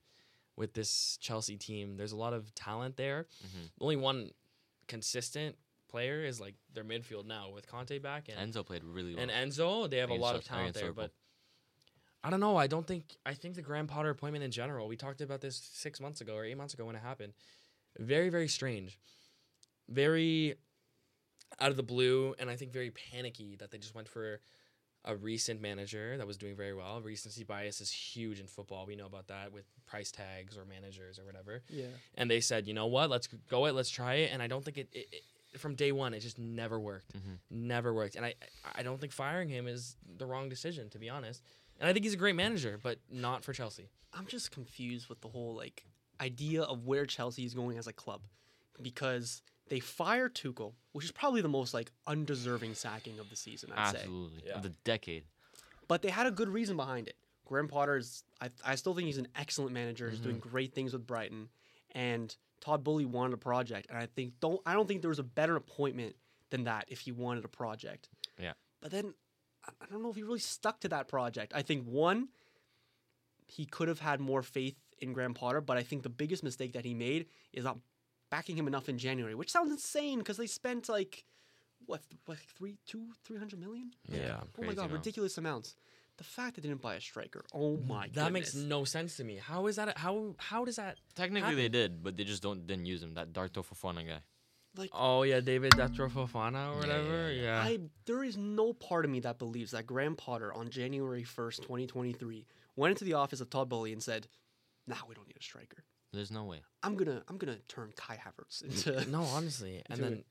[SPEAKER 1] with this Chelsea team. There's a lot of talent there.
[SPEAKER 2] Mhm.
[SPEAKER 1] Only one consistent player is like their midfield now with Conte back and
[SPEAKER 2] Enzo played really well.
[SPEAKER 1] and Enzo, they have a
[SPEAKER 2] Against
[SPEAKER 1] lot
[SPEAKER 2] Sar-
[SPEAKER 1] of talent
[SPEAKER 2] against
[SPEAKER 1] there,
[SPEAKER 2] Liverpool.
[SPEAKER 1] but I don't know. I don't think I think the Graham Potter appointment in general. We talked about this six months ago or eight months ago when it happened. Very very strange, very out of the blue, and I think very panicky that they just went for a recent manager that was doing very well. Recency bias is huge in football. We know about that with price tags or managers or whatever
[SPEAKER 3] Yeah.
[SPEAKER 1] and they said, you know what, let's go it, let's try it. And I don't think it, it, it from day one, it just never worked,
[SPEAKER 2] Mhm.
[SPEAKER 1] never worked. And I, I don't think firing him is the wrong decision, to be honest. And I think he's a great manager, but not for Chelsea.
[SPEAKER 3] I'm just confused with the whole like idea of where Chelsea is going as a club because they fire Tuchel, which is probably the most like undeserving sacking of the season, I'd say.
[SPEAKER 2] Absolutely.
[SPEAKER 1] Yeah.
[SPEAKER 2] Of the decade.
[SPEAKER 3] But they had a good reason behind it. Graham Potter is I, I still think he's an excellent manager. He's
[SPEAKER 2] Mm-hmm.
[SPEAKER 3] doing great things with Brighton and Todd Bully wanted a project and I think don't I don't think there was a better appointment than that if he wanted a project.
[SPEAKER 2] Yeah.
[SPEAKER 3] But then I I don't know if he really stuck to that project. I think one he could have had more faith in Graham Potter, but I think the biggest mistake that he made is not backing him enough in January, which sounds insane because they spent like what, th- like three, two, three hundred million.
[SPEAKER 1] Yeah.
[SPEAKER 3] Oh my
[SPEAKER 2] Crazy
[SPEAKER 3] god,
[SPEAKER 2] amount.
[SPEAKER 3] ridiculous amounts. The fact they didn't buy a striker. Oh
[SPEAKER 2] Mm,
[SPEAKER 3] my god.
[SPEAKER 1] that makes no sense to me. How is that? How how does that?
[SPEAKER 2] Technically they did, but they just don't didn't use him. That Darto Fofana guy.
[SPEAKER 3] like
[SPEAKER 1] Oh yeah, David Datro Fofana or
[SPEAKER 2] whatever, yeah.
[SPEAKER 3] I there is no part of me that believes that Graham Potter on January first, twenty twenty three, went into the office of Todd Bowley and said, Nah, we don't need a striker.
[SPEAKER 2] There's no way.
[SPEAKER 3] I'm gonna I'm gonna turn Kai Havertz into
[SPEAKER 1] no, honestly, and
[SPEAKER 3] Do it.
[SPEAKER 1] then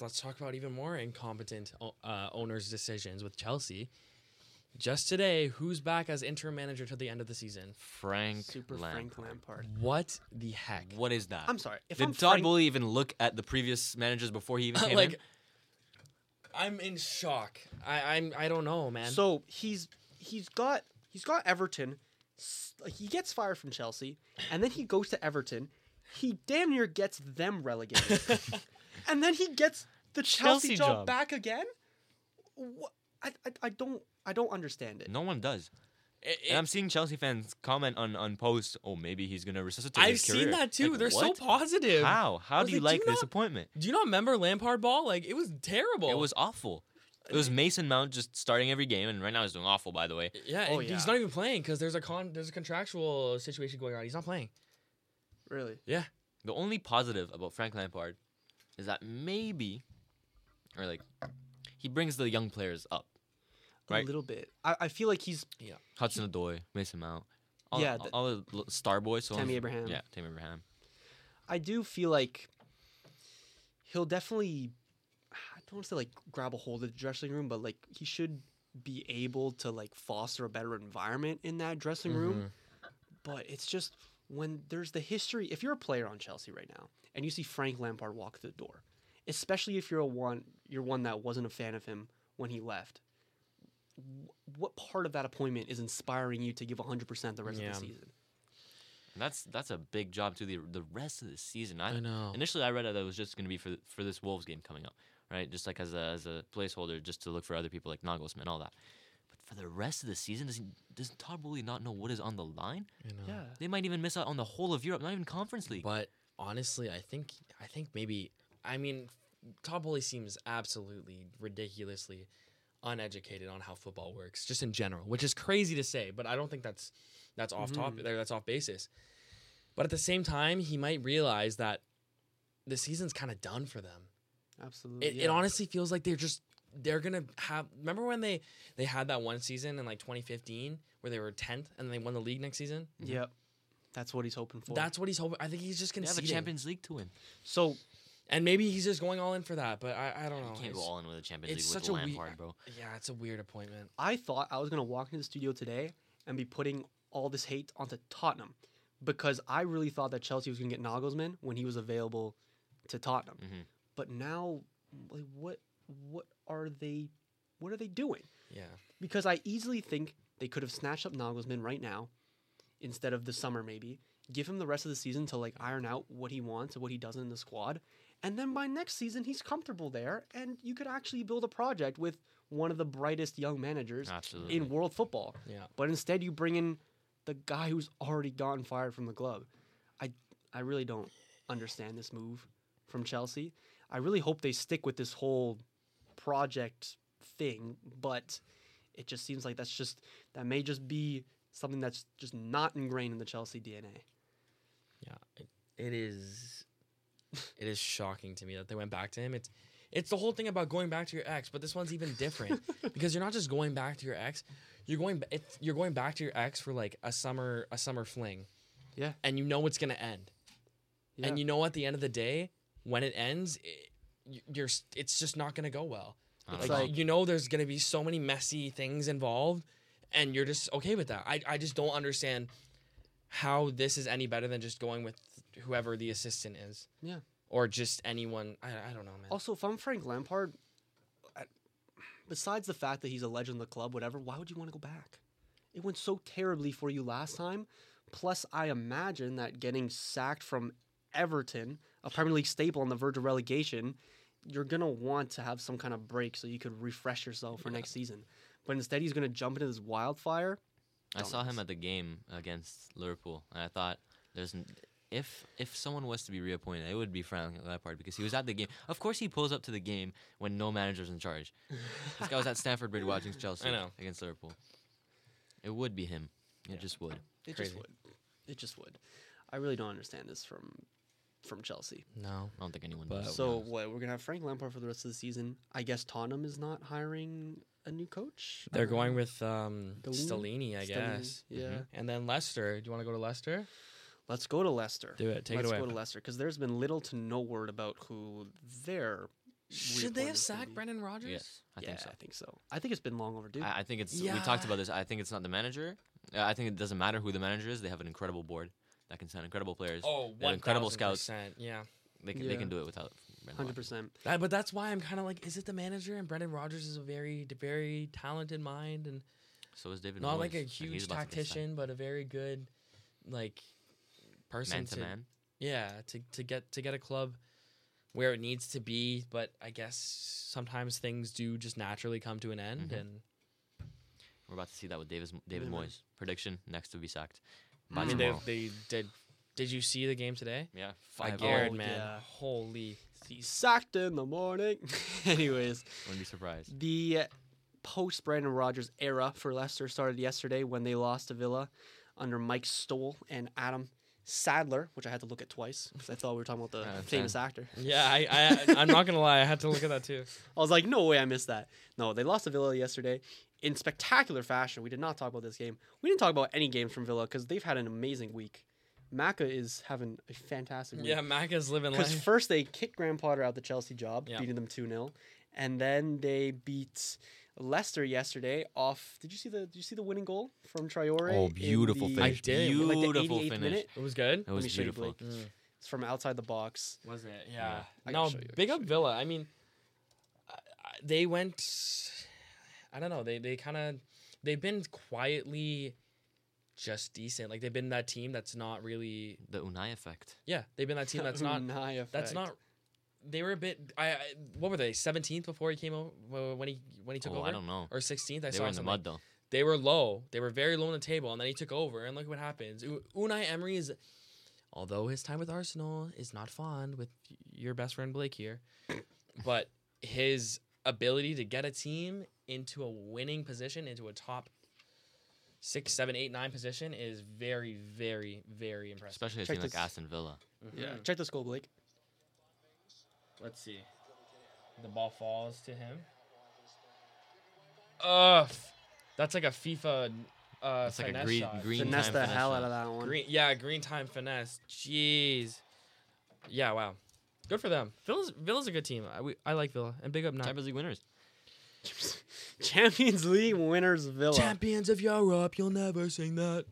[SPEAKER 1] let's talk about even more incompetent o- uh, owners' decisions with Chelsea. Just today, who's back as interim manager till the end of the season?
[SPEAKER 2] Frank
[SPEAKER 3] Super
[SPEAKER 2] Lampard.
[SPEAKER 3] Frank Lampard.
[SPEAKER 1] What the heck?
[SPEAKER 2] What is that?
[SPEAKER 3] I'm sorry. If
[SPEAKER 2] Did
[SPEAKER 3] I'm
[SPEAKER 2] Todd
[SPEAKER 3] Frank,
[SPEAKER 2] Bowley even look at the previous managers before he even came
[SPEAKER 1] like
[SPEAKER 2] in?
[SPEAKER 1] I'm in shock. I I'm I don't know, man.
[SPEAKER 3] So he's he's got he's got Everton. s- like, He gets fired from Chelsea, and then he goes to Everton. He damn near gets them relegated, and then he gets the Chelsea,
[SPEAKER 2] Chelsea
[SPEAKER 3] job,
[SPEAKER 2] job.
[SPEAKER 3] back again. Wha I, I I don't I don't understand it.
[SPEAKER 2] No one does.
[SPEAKER 1] It-
[SPEAKER 2] and I'm
[SPEAKER 1] it-
[SPEAKER 2] seeing Chelsea fans comment on on posts. Oh, maybe he's gonna resuscitate.
[SPEAKER 1] I've
[SPEAKER 2] his
[SPEAKER 1] seen
[SPEAKER 2] career."
[SPEAKER 1] that too.
[SPEAKER 2] Like,
[SPEAKER 1] They're so
[SPEAKER 2] what?
[SPEAKER 1] positive.
[SPEAKER 2] How? How
[SPEAKER 1] was
[SPEAKER 2] do you
[SPEAKER 1] like,
[SPEAKER 2] like
[SPEAKER 1] "Do
[SPEAKER 2] this
[SPEAKER 1] not-
[SPEAKER 2] appointment?
[SPEAKER 1] Do you not remember Lampard ball? Like it was terrible.
[SPEAKER 2] It was awful. It
[SPEAKER 3] Uh,
[SPEAKER 2] was Mason Mount just starting every game, and right now he's doing awful. By the way,
[SPEAKER 1] Yeah,
[SPEAKER 3] Oh,
[SPEAKER 1] and
[SPEAKER 3] yeah.
[SPEAKER 1] he's not even playing because there's a con there's a contractual situation going on. He's not playing.
[SPEAKER 3] Really?
[SPEAKER 2] the only positive about Frank Lampard is that maybe, or like, he brings the young players up.
[SPEAKER 3] A
[SPEAKER 2] Right.
[SPEAKER 3] little bit. I, I feel like he's
[SPEAKER 2] Hudson Odoi, Mason Mount, all,
[SPEAKER 3] Yeah,
[SPEAKER 2] all,
[SPEAKER 3] the-
[SPEAKER 2] all the l- star boys. So on.
[SPEAKER 3] Tammy Abraham.
[SPEAKER 2] Yeah, Tammy Abraham.
[SPEAKER 3] I do feel like he'll definitely I don't want to say like grab a hold of the dressing room, but like he should be able to like foster a better environment in that dressing
[SPEAKER 2] Mm-hmm.
[SPEAKER 3] room. But it's just when there's the history if you're a player on Chelsea right now and you see Frank Lampard walk through the door, especially if you're a one you're one that wasn't a fan of him when he left. wh- What part of that appointment is inspiring you to give 100% the rest
[SPEAKER 1] Yeah.
[SPEAKER 3] of the season?
[SPEAKER 2] And that's that's a big job too. The the rest of the season. I,
[SPEAKER 1] know.
[SPEAKER 2] Initially, I read that it was just going to be for for this Wolves game coming up, right? Just like as a as a placeholder, just to look for other people like Nagelsmann, all that. But for the rest of the season, does he, does Todd Bowley not know what is on the line?
[SPEAKER 3] Yeah.
[SPEAKER 2] They might even miss out on the whole of Europe, not even Conference League.
[SPEAKER 1] But honestly, I think I think maybe I mean Todd Bowley seems absolutely ridiculously uneducated on how football works, just in general, which is crazy to say, but I don't think that's that's off topic there, that's off basis. But at the same time, he might realize that the season's kind of done for them.
[SPEAKER 3] Absolutely.
[SPEAKER 1] It,
[SPEAKER 3] Mm, yeah.
[SPEAKER 1] it honestly feels like they're just they're gonna have. Remember when they they had that one season in like 2015 where they were 10th and they won the league next season?
[SPEAKER 3] Yep. That's what he's hoping for.
[SPEAKER 1] That's what he's hoping. I think he's just
[SPEAKER 2] they have a
[SPEAKER 1] conceding,
[SPEAKER 2] Champions League to win.
[SPEAKER 3] so
[SPEAKER 1] and maybe he's just going all in for that. But I, I don't know.
[SPEAKER 2] You can't go
[SPEAKER 1] Oh, It's-
[SPEAKER 2] all in with a Champions
[SPEAKER 1] it's
[SPEAKER 2] League with
[SPEAKER 1] such a wee-
[SPEAKER 2] Lampard, bro.
[SPEAKER 1] yeah, it's a weird appointment.
[SPEAKER 3] I thought I was gonna walk into the studio today and be putting all this hate onto Tottenham because I really thought that Chelsea was gonna get Nagelsmann when he was available to Tottenham.
[SPEAKER 2] Mhm.
[SPEAKER 3] But now, like, what what are they what are they doing?
[SPEAKER 1] Yeah,
[SPEAKER 3] Because I easily think they could have snatched up Nagelsmann right now instead of the summer, maybe. Give him the rest of the season to like iron out what he wants and what he doesn't in the squad. And then by next season, he's comfortable there and you could actually build a project with one of the brightest young managers
[SPEAKER 2] Absolutely.
[SPEAKER 3] in world football.
[SPEAKER 1] yeah.
[SPEAKER 3] But instead, you bring in the guy who's already gotten fired from the club. I, I really don't understand this move from Chelsea. I really hope they stick with this whole project thing, but it just seems like that's just that may just be something that's just not ingrained in the Chelsea DNA.
[SPEAKER 1] Yeah, it, it is. It is shocking to me that they went back to him. It's it's the whole thing about going back to your ex, but this one's even different because you're not just going back to your ex. You're going ba- it's, you're going back to your ex for like a summer a summer fling.
[SPEAKER 3] Yeah.
[SPEAKER 1] And you know it's going to end.
[SPEAKER 3] Yeah.
[SPEAKER 1] And you know at the end of the day, when it ends, it, y- you're s- it's just not going to go well.
[SPEAKER 2] I
[SPEAKER 1] Like,
[SPEAKER 2] don't
[SPEAKER 3] It's
[SPEAKER 2] know.
[SPEAKER 3] like-
[SPEAKER 1] you know there's going to be so many messy things involved and you're just okay with that. I I just don't understand how this is any better than just going with whoever the assistant is.
[SPEAKER 3] Yeah.
[SPEAKER 1] Or just anyone. I, I don't know, man.
[SPEAKER 3] Also, if I'm Frank Lampard, I, besides the fact that he's a legend of the club, whatever, why would you want to go back? It went so terribly for you last time. Plus, I imagine that getting sacked from Everton, a Premier League staple on the verge of relegation, you're going to want to have some kind of break so you could refresh yourself for next season. But instead, he's going to jump into this wildfire.
[SPEAKER 2] I saw
[SPEAKER 3] Dumbass.
[SPEAKER 2] him at the game against Liverpool, and I thought there's n- if if someone was to be reappointed, it would be Frank Lampard because he was at the game. Of course, he pulls up to the game when no manager's in charge. this guy was at Stamford Bridge watching Chelsea
[SPEAKER 1] I know.
[SPEAKER 2] against Liverpool. It would be him. It just would.
[SPEAKER 3] It
[SPEAKER 1] Crazy.
[SPEAKER 3] just would. It just would. I really don't understand this from from Chelsea.
[SPEAKER 1] No.
[SPEAKER 2] I don't think anyone.
[SPEAKER 1] But-
[SPEAKER 2] does, to be
[SPEAKER 3] So
[SPEAKER 2] honest.
[SPEAKER 3] what? We're gonna have Frank Lampard for the rest of the season. I guess Tottenham is not hiring a new coach.
[SPEAKER 1] They're going with um
[SPEAKER 3] Stellini?
[SPEAKER 1] Stellini, I
[SPEAKER 3] Stellini,
[SPEAKER 1] guess. Mm-hmm.
[SPEAKER 3] Yeah.
[SPEAKER 1] And then Leicester. Do you want to go to Leicester?
[SPEAKER 3] Let's go to Leicester.
[SPEAKER 1] Do it. Take
[SPEAKER 3] Let's
[SPEAKER 1] it away.
[SPEAKER 3] go to Leicester because there's been little to no word about who their
[SPEAKER 1] Should they
[SPEAKER 3] reappointment's gonna
[SPEAKER 1] have sacked
[SPEAKER 3] be.
[SPEAKER 1] Brendan Rodgers?
[SPEAKER 2] Yes, I
[SPEAKER 3] yeah,
[SPEAKER 2] think so.
[SPEAKER 3] I think so. I think it's been long overdue.
[SPEAKER 2] I, I think it's. We talked
[SPEAKER 1] Yeah.
[SPEAKER 2] about this. I think it's not the manager. Uh, I think it doesn't matter who the manager is. They have an incredible board that can sign incredible players.
[SPEAKER 1] Oh,
[SPEAKER 2] They're
[SPEAKER 1] one
[SPEAKER 2] incredible
[SPEAKER 1] incredible
[SPEAKER 2] scouts.
[SPEAKER 1] scouts. Yeah,
[SPEAKER 2] They can. They
[SPEAKER 3] Yeah.
[SPEAKER 2] can do it without. Brendan
[SPEAKER 3] Hundred
[SPEAKER 2] Rodgers.
[SPEAKER 3] percent.
[SPEAKER 1] That- but that's why I'm kind of like, is it the manager? And Brendan Rodgers is a very, very talented mind, and
[SPEAKER 2] So is David.
[SPEAKER 1] not
[SPEAKER 2] Moyes.
[SPEAKER 1] like a
[SPEAKER 2] he's
[SPEAKER 1] huge
[SPEAKER 2] about to get signed.
[SPEAKER 1] tactician, but a very good, like, person
[SPEAKER 2] Man to man.
[SPEAKER 1] yeah to, to get to get a club where it needs to be
[SPEAKER 2] Mm-hmm.
[SPEAKER 1] but i guess sometimes things do just naturally come to an end
[SPEAKER 2] Mhm.
[SPEAKER 1] and
[SPEAKER 2] We're about to see that with Davis, David
[SPEAKER 3] Yeah, man.
[SPEAKER 2] Moyes. Prediction: next to be sacked.
[SPEAKER 1] I
[SPEAKER 3] Hmm.
[SPEAKER 2] By
[SPEAKER 1] mean, they,
[SPEAKER 2] tomorrow.
[SPEAKER 1] they did. Did you see the game today?
[SPEAKER 2] yeah,
[SPEAKER 1] By
[SPEAKER 2] five.
[SPEAKER 1] Garrett,
[SPEAKER 3] Oh,
[SPEAKER 1] man.
[SPEAKER 3] yeah.
[SPEAKER 1] Holy.
[SPEAKER 3] He's sacked in the morning. Anyways,
[SPEAKER 2] Wouldn't be surprised.
[SPEAKER 3] the post Brandon Rogers era for Leicester started yesterday when they lost to Villa under Mike Stoll and Adam Sadler, which I had to look at twice because I thought we were talking about the
[SPEAKER 2] I understand.
[SPEAKER 3] famous actor.
[SPEAKER 1] Yeah, I, I, I'm not gonna lie. I had to look at that too.
[SPEAKER 3] I was like, no way I missed that. No, they lost to Villa yesterday in spectacular fashion. We did not talk about this game. We didn't talk about any games from Villa because they've had an amazing week. Maka is having a fantastic week.
[SPEAKER 1] Yeah, Maca's living
[SPEAKER 3] Because
[SPEAKER 1] life.
[SPEAKER 3] first they kicked Graham Potter out the Chelsea job,
[SPEAKER 1] Yeah.
[SPEAKER 3] beating them 2 0. And then they beat Leicester yesterday off. Did you see the Did you see the winning goal from Traore?
[SPEAKER 2] Oh,
[SPEAKER 3] in
[SPEAKER 2] beautiful
[SPEAKER 3] the-
[SPEAKER 2] finish!
[SPEAKER 1] I did.
[SPEAKER 3] in, like, the
[SPEAKER 2] Beautiful
[SPEAKER 3] 88th
[SPEAKER 2] finish.
[SPEAKER 3] minute?
[SPEAKER 1] It was good.
[SPEAKER 2] It was
[SPEAKER 3] me show you,
[SPEAKER 2] beautiful. Mm.
[SPEAKER 3] Blake. It's from outside the box.
[SPEAKER 1] Was it?
[SPEAKER 2] Yeah.
[SPEAKER 3] I can
[SPEAKER 1] No,
[SPEAKER 3] show you, I can
[SPEAKER 1] big
[SPEAKER 3] show
[SPEAKER 1] up Villa. I mean, I- I- they went. I don't know. They they kind of they've been quietly just decent. Like they've been that team that's not really.
[SPEAKER 2] The Unai effect.
[SPEAKER 1] Yeah, they've been that team that's not.
[SPEAKER 3] Unai effect.
[SPEAKER 1] That's not. They were a bit. I, I what were they? Seventeenth before he came over when he when he took
[SPEAKER 2] oh,
[SPEAKER 1] over.
[SPEAKER 2] I don't know.
[SPEAKER 1] Or sixteenth. I
[SPEAKER 2] they
[SPEAKER 1] saw
[SPEAKER 2] were in the
[SPEAKER 1] something.
[SPEAKER 2] mud though.
[SPEAKER 1] They were low. They were very low on the table, and then he took over. And look what happens. U- Unai Emery is, although his time with Arsenal is not fond with your best friend Blake here, but his ability to get a team into a winning position, into a top six, seven, eight, nine position, is very, very, very impressive. Mm-hmm.
[SPEAKER 2] Especially a
[SPEAKER 3] Check
[SPEAKER 2] team like
[SPEAKER 3] this.
[SPEAKER 2] Aston Villa.
[SPEAKER 3] Yeah.
[SPEAKER 2] mm.
[SPEAKER 3] Check this goal, Blake.
[SPEAKER 1] Let's see. The ball falls to him. Ugh, that's like a FIFA. Uh,
[SPEAKER 2] It's like a
[SPEAKER 1] finesse
[SPEAKER 2] green,
[SPEAKER 1] shot.
[SPEAKER 2] green
[SPEAKER 3] Finesse
[SPEAKER 2] time
[SPEAKER 3] the
[SPEAKER 2] finesse
[SPEAKER 3] hell
[SPEAKER 2] shot.
[SPEAKER 3] out of that one.
[SPEAKER 1] Green, yeah, green time finesse. Jeez. Yeah, wow. Good for them. Villa's Villa's a good team. I, we, I like Villa and big up nine.
[SPEAKER 2] Champions League winners.
[SPEAKER 3] Champions League winners Villa.
[SPEAKER 1] Champions of Europe, you'll never sing that.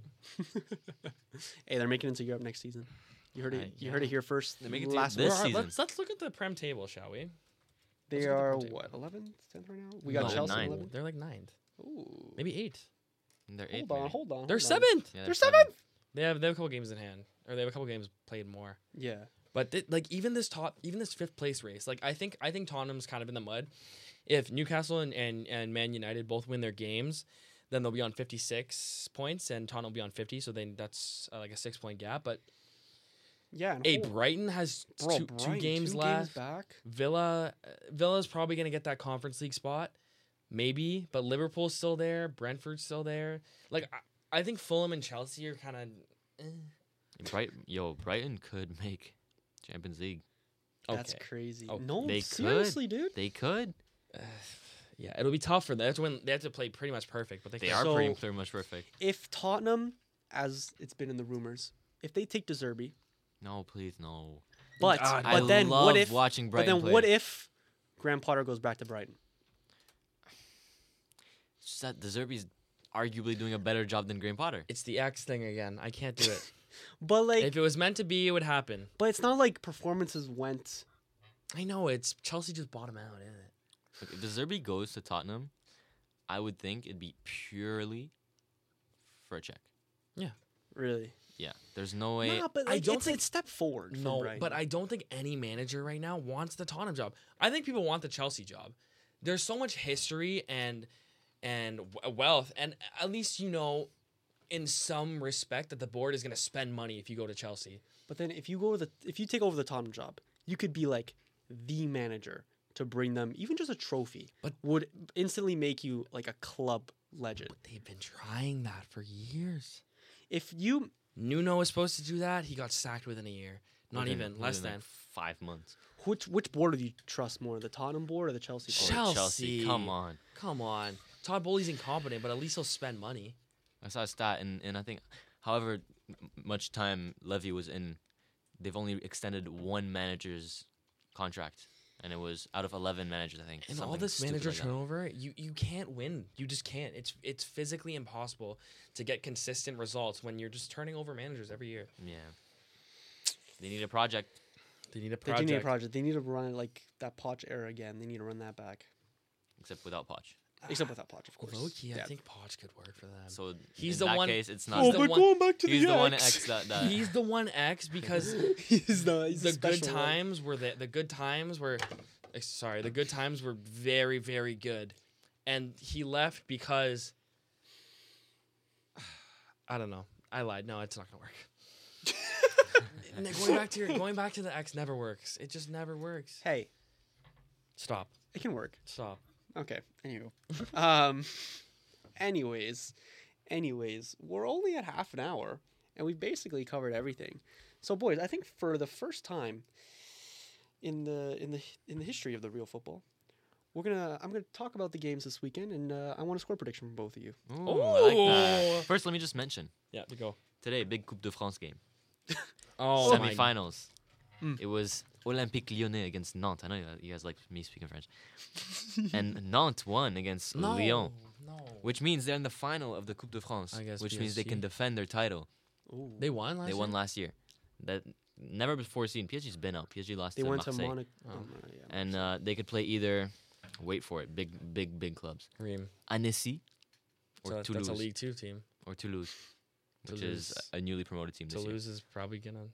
[SPEAKER 3] hey, they're making it to Europe next season. You heard it.
[SPEAKER 2] Right,
[SPEAKER 3] you
[SPEAKER 2] yeah.
[SPEAKER 3] heard it here first.
[SPEAKER 2] They make it to
[SPEAKER 3] last
[SPEAKER 2] this
[SPEAKER 1] All
[SPEAKER 3] week.
[SPEAKER 1] right,
[SPEAKER 2] season.
[SPEAKER 1] let's let's look at the prem table, shall we?
[SPEAKER 3] They
[SPEAKER 1] let's look at the
[SPEAKER 3] are
[SPEAKER 1] timetable.
[SPEAKER 3] what 11th, 10th right now. We got
[SPEAKER 2] No,
[SPEAKER 3] Chelsea
[SPEAKER 2] ninth.
[SPEAKER 3] 11th.
[SPEAKER 1] They're like ninth,
[SPEAKER 3] Ooh.
[SPEAKER 1] maybe eight.
[SPEAKER 2] And They're eighth,
[SPEAKER 3] Hold on,
[SPEAKER 2] maybe.
[SPEAKER 3] hold on.
[SPEAKER 1] They're
[SPEAKER 3] hold on.
[SPEAKER 1] seventh.
[SPEAKER 2] Yeah,
[SPEAKER 3] They're
[SPEAKER 2] seventh.
[SPEAKER 1] They have they have a couple games in hand, or they have a couple games played more.
[SPEAKER 3] Yeah.
[SPEAKER 1] But thi- like even this top, even this fifth place race, like I think I think Tottenham's kind of in the mud. If Newcastle and and, and Man United both win their games, then they'll be on fifty six points, and Tottenham will be on fifty. So then that's uh, like a six point gap. But
[SPEAKER 3] Yeah. and
[SPEAKER 1] hey,
[SPEAKER 3] hold-
[SPEAKER 1] Brighton has
[SPEAKER 3] Bro,
[SPEAKER 1] two,
[SPEAKER 3] Brighton,
[SPEAKER 1] two games
[SPEAKER 3] two
[SPEAKER 1] left.
[SPEAKER 3] back.
[SPEAKER 1] Villa uh, Villa's probably gonna get that Conference League spot, maybe. But Liverpool's still there. Brentford's still there. Like I, I think Fulham and Chelsea are kind of.
[SPEAKER 2] Bright, yo, Brighton could make Champions League.
[SPEAKER 3] That's
[SPEAKER 1] Okay.
[SPEAKER 3] crazy.
[SPEAKER 1] Oh,
[SPEAKER 3] no,
[SPEAKER 2] they
[SPEAKER 3] seriously, dude.
[SPEAKER 2] They could.
[SPEAKER 1] yeah, it'll be tough for them. They have to win. They have to play pretty much perfect, but they,
[SPEAKER 2] They
[SPEAKER 1] can-
[SPEAKER 2] are pretty,
[SPEAKER 3] So-
[SPEAKER 2] pretty much perfect.
[SPEAKER 3] If Tottenham, as it's been in the rumors, if they take Deserby,
[SPEAKER 2] No, please, no.
[SPEAKER 3] but
[SPEAKER 1] God,
[SPEAKER 3] but
[SPEAKER 2] I
[SPEAKER 3] then
[SPEAKER 2] love
[SPEAKER 3] what if?
[SPEAKER 2] watching
[SPEAKER 3] but
[SPEAKER 2] Brighton
[SPEAKER 3] then
[SPEAKER 2] play.
[SPEAKER 3] what if Graham Potter goes back to Brighton?
[SPEAKER 2] It's just that Deserby's arguably doing a better job than Graham Potter.
[SPEAKER 1] It's the X thing again. I can't do it.
[SPEAKER 3] But like,
[SPEAKER 1] if it was meant to be, it would happen.
[SPEAKER 3] but it's not like performances went.
[SPEAKER 1] I know it's Chelsea just bought him out, isn't it?
[SPEAKER 2] Look, if Deserby goes to Tottenham, I would think it'd be purely for a check.
[SPEAKER 3] Really?
[SPEAKER 2] Yeah, there's no way.
[SPEAKER 3] nah, but
[SPEAKER 1] I
[SPEAKER 3] like,
[SPEAKER 1] don't
[SPEAKER 3] it's,
[SPEAKER 1] think-
[SPEAKER 3] it's step forward. for
[SPEAKER 1] No,
[SPEAKER 3] Brighton.
[SPEAKER 1] but I don't think any manager right now wants the Tottenham job. I think people want the Chelsea job. There's so much history and and w- wealth, and at least you know, in some respect, that the board is going to spend money if you go to Chelsea.
[SPEAKER 3] But then if you go with the if you take over the Tottenham job, you could be like the manager to bring them even just a trophy.
[SPEAKER 1] But-
[SPEAKER 3] would instantly make you like a club legend.
[SPEAKER 1] They've been trying that for years.
[SPEAKER 3] If you
[SPEAKER 1] Nuno was supposed to do that. He got sacked within a year. Not
[SPEAKER 2] within-
[SPEAKER 1] even less
[SPEAKER 2] within,
[SPEAKER 1] than.
[SPEAKER 2] like, five months.
[SPEAKER 3] which which board do you trust more, the Tottenham board or the Chelsea
[SPEAKER 2] Or
[SPEAKER 3] board?
[SPEAKER 1] Chel-
[SPEAKER 2] Oh, Chelsea,
[SPEAKER 1] Chelsea.
[SPEAKER 2] come on.
[SPEAKER 1] Come on, Todd Bowley's incompetent, but at least he'll spend money.
[SPEAKER 2] I saw a stat, and, and I think however m- much time Levy was in, they've only extended one manager's contract, and it was out of eleven managers, I think.
[SPEAKER 1] And all
[SPEAKER 2] something
[SPEAKER 1] this
[SPEAKER 2] stupid
[SPEAKER 1] manager
[SPEAKER 2] like that.
[SPEAKER 1] turnover, you you can't win. You just can't. It's it's physically impossible to get consistent results when you're just turning over managers every year.
[SPEAKER 2] Yeah, they need a project.
[SPEAKER 1] They need a
[SPEAKER 3] They
[SPEAKER 1] project.
[SPEAKER 3] do need a project. They need to run it like that Poch era again. They need to run that back.
[SPEAKER 2] Except without Poch.
[SPEAKER 3] Except without Poch, of course.
[SPEAKER 1] Low-key, I
[SPEAKER 3] Yeah.
[SPEAKER 1] think Poch could work for them.
[SPEAKER 2] So
[SPEAKER 1] He's
[SPEAKER 2] in
[SPEAKER 1] the
[SPEAKER 2] that
[SPEAKER 1] one-
[SPEAKER 2] case, it's not.
[SPEAKER 3] Oh,
[SPEAKER 1] he's the
[SPEAKER 3] but
[SPEAKER 1] one-
[SPEAKER 3] going back to
[SPEAKER 2] he's
[SPEAKER 3] the,
[SPEAKER 2] the one
[SPEAKER 3] X.
[SPEAKER 2] X that, that
[SPEAKER 1] he's the one X because
[SPEAKER 3] he's the he's
[SPEAKER 1] the
[SPEAKER 3] a
[SPEAKER 1] good
[SPEAKER 3] special one.
[SPEAKER 1] times were the, the good times were eh, sorry, the good times were very very good. And he left because I don't know. I lied. No, it's not gonna work. Nick, going back to your going back to the X never works. It just never works.
[SPEAKER 3] Hey,
[SPEAKER 1] Stop.
[SPEAKER 3] it can work.
[SPEAKER 1] Stop.
[SPEAKER 3] Okay. Anywho. um. Anyways, anyways, we're only at half an hour, and we've basically covered everything. So, boys, I think for the first time in the in the in the history of the real football, we're gonna I'm gonna talk about the games this weekend, and uh, I want a score prediction from both of you.
[SPEAKER 2] Ooh, I like that.
[SPEAKER 1] Ooh.
[SPEAKER 2] First, let me just mention
[SPEAKER 1] Yeah, you go.
[SPEAKER 2] today, big Coupe de France game,
[SPEAKER 1] Oh my Mm. God.
[SPEAKER 2] semifinals. It was Olympique Lyonnais against Nantes. I know you- you guys like me speaking French. and Nantes won against
[SPEAKER 1] No.
[SPEAKER 2] Lyon,
[SPEAKER 1] No.
[SPEAKER 2] which means they're in the final of the Coupe de France,
[SPEAKER 1] I guess
[SPEAKER 2] which means they can
[SPEAKER 1] PSG.
[SPEAKER 2] defend their title.
[SPEAKER 3] Ooh.
[SPEAKER 1] They won last
[SPEAKER 2] they won
[SPEAKER 1] year?
[SPEAKER 2] last year. That never before seen. PSG's been out. PSG lost
[SPEAKER 3] They
[SPEAKER 2] to
[SPEAKER 3] went to
[SPEAKER 2] Marseille,
[SPEAKER 3] Monaco.
[SPEAKER 1] Oh.
[SPEAKER 3] um, uh, yeah.
[SPEAKER 2] and uh, they could play either. Wait for it. Big, big, big clubs.
[SPEAKER 1] Reem.
[SPEAKER 2] Annecy
[SPEAKER 1] So
[SPEAKER 2] or
[SPEAKER 1] that's-
[SPEAKER 2] Toulouse
[SPEAKER 1] That's a League Two team.
[SPEAKER 2] or Toulouse, which is
[SPEAKER 1] Toulouse.
[SPEAKER 2] a newly promoted team this
[SPEAKER 1] Toulouse is probably gonna.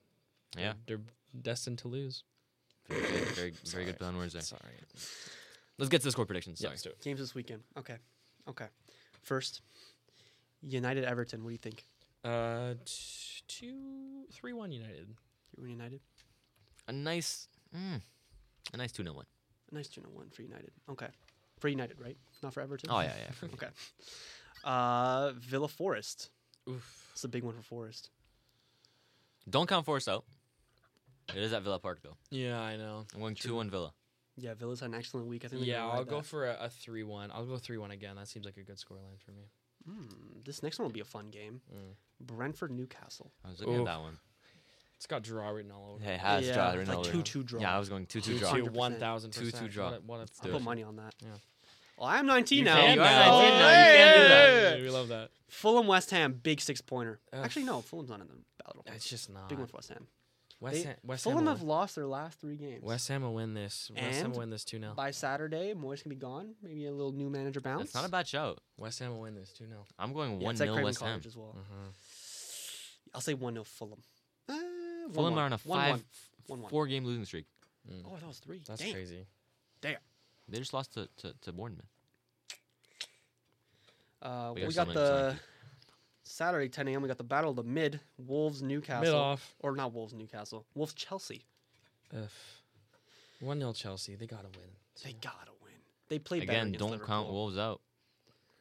[SPEAKER 2] year. Yeah,
[SPEAKER 1] They're destined to lose.
[SPEAKER 2] very, good, very, very good
[SPEAKER 1] Sorry.
[SPEAKER 2] play on words there.
[SPEAKER 1] Sorry.
[SPEAKER 2] Let's get to the score predictions.
[SPEAKER 1] Yeah,
[SPEAKER 2] Sorry.
[SPEAKER 1] let's do it.
[SPEAKER 3] Games this weekend. Okay. Okay. First, United Everton. What do you think?
[SPEAKER 1] Uh, t- two, three, one United.
[SPEAKER 3] You're United.
[SPEAKER 2] A nice, mm, a nice two 0 one.
[SPEAKER 3] A nice 2 1 for United. Okay. For United, right? Not for Everton?
[SPEAKER 2] Oh yeah, yeah. for me.
[SPEAKER 3] Okay. Uh, Villa Forest.
[SPEAKER 1] Oof.
[SPEAKER 3] It's a big one for Forest.
[SPEAKER 2] Don't count Forest out. It is at Villa Park though.
[SPEAKER 1] Yeah, I know.
[SPEAKER 2] I'm going two one Villa.
[SPEAKER 3] Yeah, Villa's had an excellent week. I think. they're
[SPEAKER 1] Yeah,
[SPEAKER 3] gonna
[SPEAKER 1] I'll
[SPEAKER 3] ride
[SPEAKER 1] go
[SPEAKER 3] that.
[SPEAKER 1] for a, a three-one. I'll go three-one again. That seems like a good scoreline for me.
[SPEAKER 3] Mm, this next one will be a fun game.
[SPEAKER 1] Mm.
[SPEAKER 3] Brentford Newcastle.
[SPEAKER 2] I was looking
[SPEAKER 1] Oof.
[SPEAKER 2] at that one.
[SPEAKER 1] It's got draw written all over.
[SPEAKER 2] Hey,
[SPEAKER 1] it.
[SPEAKER 2] has
[SPEAKER 3] Yeah,
[SPEAKER 2] draw
[SPEAKER 3] it's
[SPEAKER 2] written
[SPEAKER 3] like
[SPEAKER 2] all over.
[SPEAKER 3] 2-2 draw.
[SPEAKER 2] Yeah, I was going two two
[SPEAKER 1] Two
[SPEAKER 2] draw.
[SPEAKER 1] two
[SPEAKER 3] 100%.
[SPEAKER 1] one thousand
[SPEAKER 2] Two, two
[SPEAKER 1] percent.
[SPEAKER 2] draw.
[SPEAKER 1] What a, what a
[SPEAKER 2] do
[SPEAKER 3] I'll
[SPEAKER 2] it.
[SPEAKER 3] put money on that.
[SPEAKER 1] Yeah.
[SPEAKER 3] Well, I'm 19
[SPEAKER 2] You
[SPEAKER 3] now.
[SPEAKER 1] Yeah,
[SPEAKER 2] can You
[SPEAKER 1] no.
[SPEAKER 2] are
[SPEAKER 1] Oh,
[SPEAKER 2] 19 now, you can do
[SPEAKER 1] yeah,
[SPEAKER 2] that.
[SPEAKER 1] We love that.
[SPEAKER 3] Fulham West Ham big six pointer.
[SPEAKER 1] Ugh.
[SPEAKER 3] Actually, no, Fulham's not in the battle.
[SPEAKER 1] It's just not.
[SPEAKER 3] Big one for West Ham.
[SPEAKER 1] West
[SPEAKER 3] They-
[SPEAKER 1] Ham. West Ham.
[SPEAKER 3] Fulham
[SPEAKER 1] Will
[SPEAKER 3] have
[SPEAKER 1] win.
[SPEAKER 3] lost their last three games.
[SPEAKER 1] West Ham will win this. West Ham
[SPEAKER 3] And-
[SPEAKER 1] will win this two 0
[SPEAKER 3] By Saturday, Moyes can be gone. Maybe a little new manager bounce.
[SPEAKER 2] That's not a bad shout.
[SPEAKER 1] West Ham will win this two 0
[SPEAKER 2] I'm going
[SPEAKER 3] yeah,
[SPEAKER 2] one
[SPEAKER 3] it's at
[SPEAKER 2] nil
[SPEAKER 3] Craven
[SPEAKER 2] West Ham.
[SPEAKER 3] Cottage as well.
[SPEAKER 1] Mm-hmm.
[SPEAKER 3] I'll say one 0 Fulham. Uh, one,
[SPEAKER 2] Fulham
[SPEAKER 3] one.
[SPEAKER 2] are on a
[SPEAKER 3] One, one.
[SPEAKER 2] five,
[SPEAKER 3] One, one.
[SPEAKER 2] four game losing streak.
[SPEAKER 3] Oh, I thought it was three.
[SPEAKER 1] That's
[SPEAKER 3] Damn.
[SPEAKER 1] crazy.
[SPEAKER 2] They just lost to, to, to Bournemouth.
[SPEAKER 3] Uh,
[SPEAKER 2] We
[SPEAKER 3] we
[SPEAKER 2] got
[SPEAKER 3] got
[SPEAKER 2] so many
[SPEAKER 3] the Saturday 10 a.m. We got the Battle of the Mid Wolves Newcastle
[SPEAKER 1] Mid off.
[SPEAKER 3] or not Wolves Newcastle Wolves Chelsea.
[SPEAKER 1] One 0 Chelsea. They gotta win.
[SPEAKER 3] They gotta win. They played better
[SPEAKER 2] Again,
[SPEAKER 3] against
[SPEAKER 2] don't count
[SPEAKER 3] Liverpool.
[SPEAKER 2] Wolves out.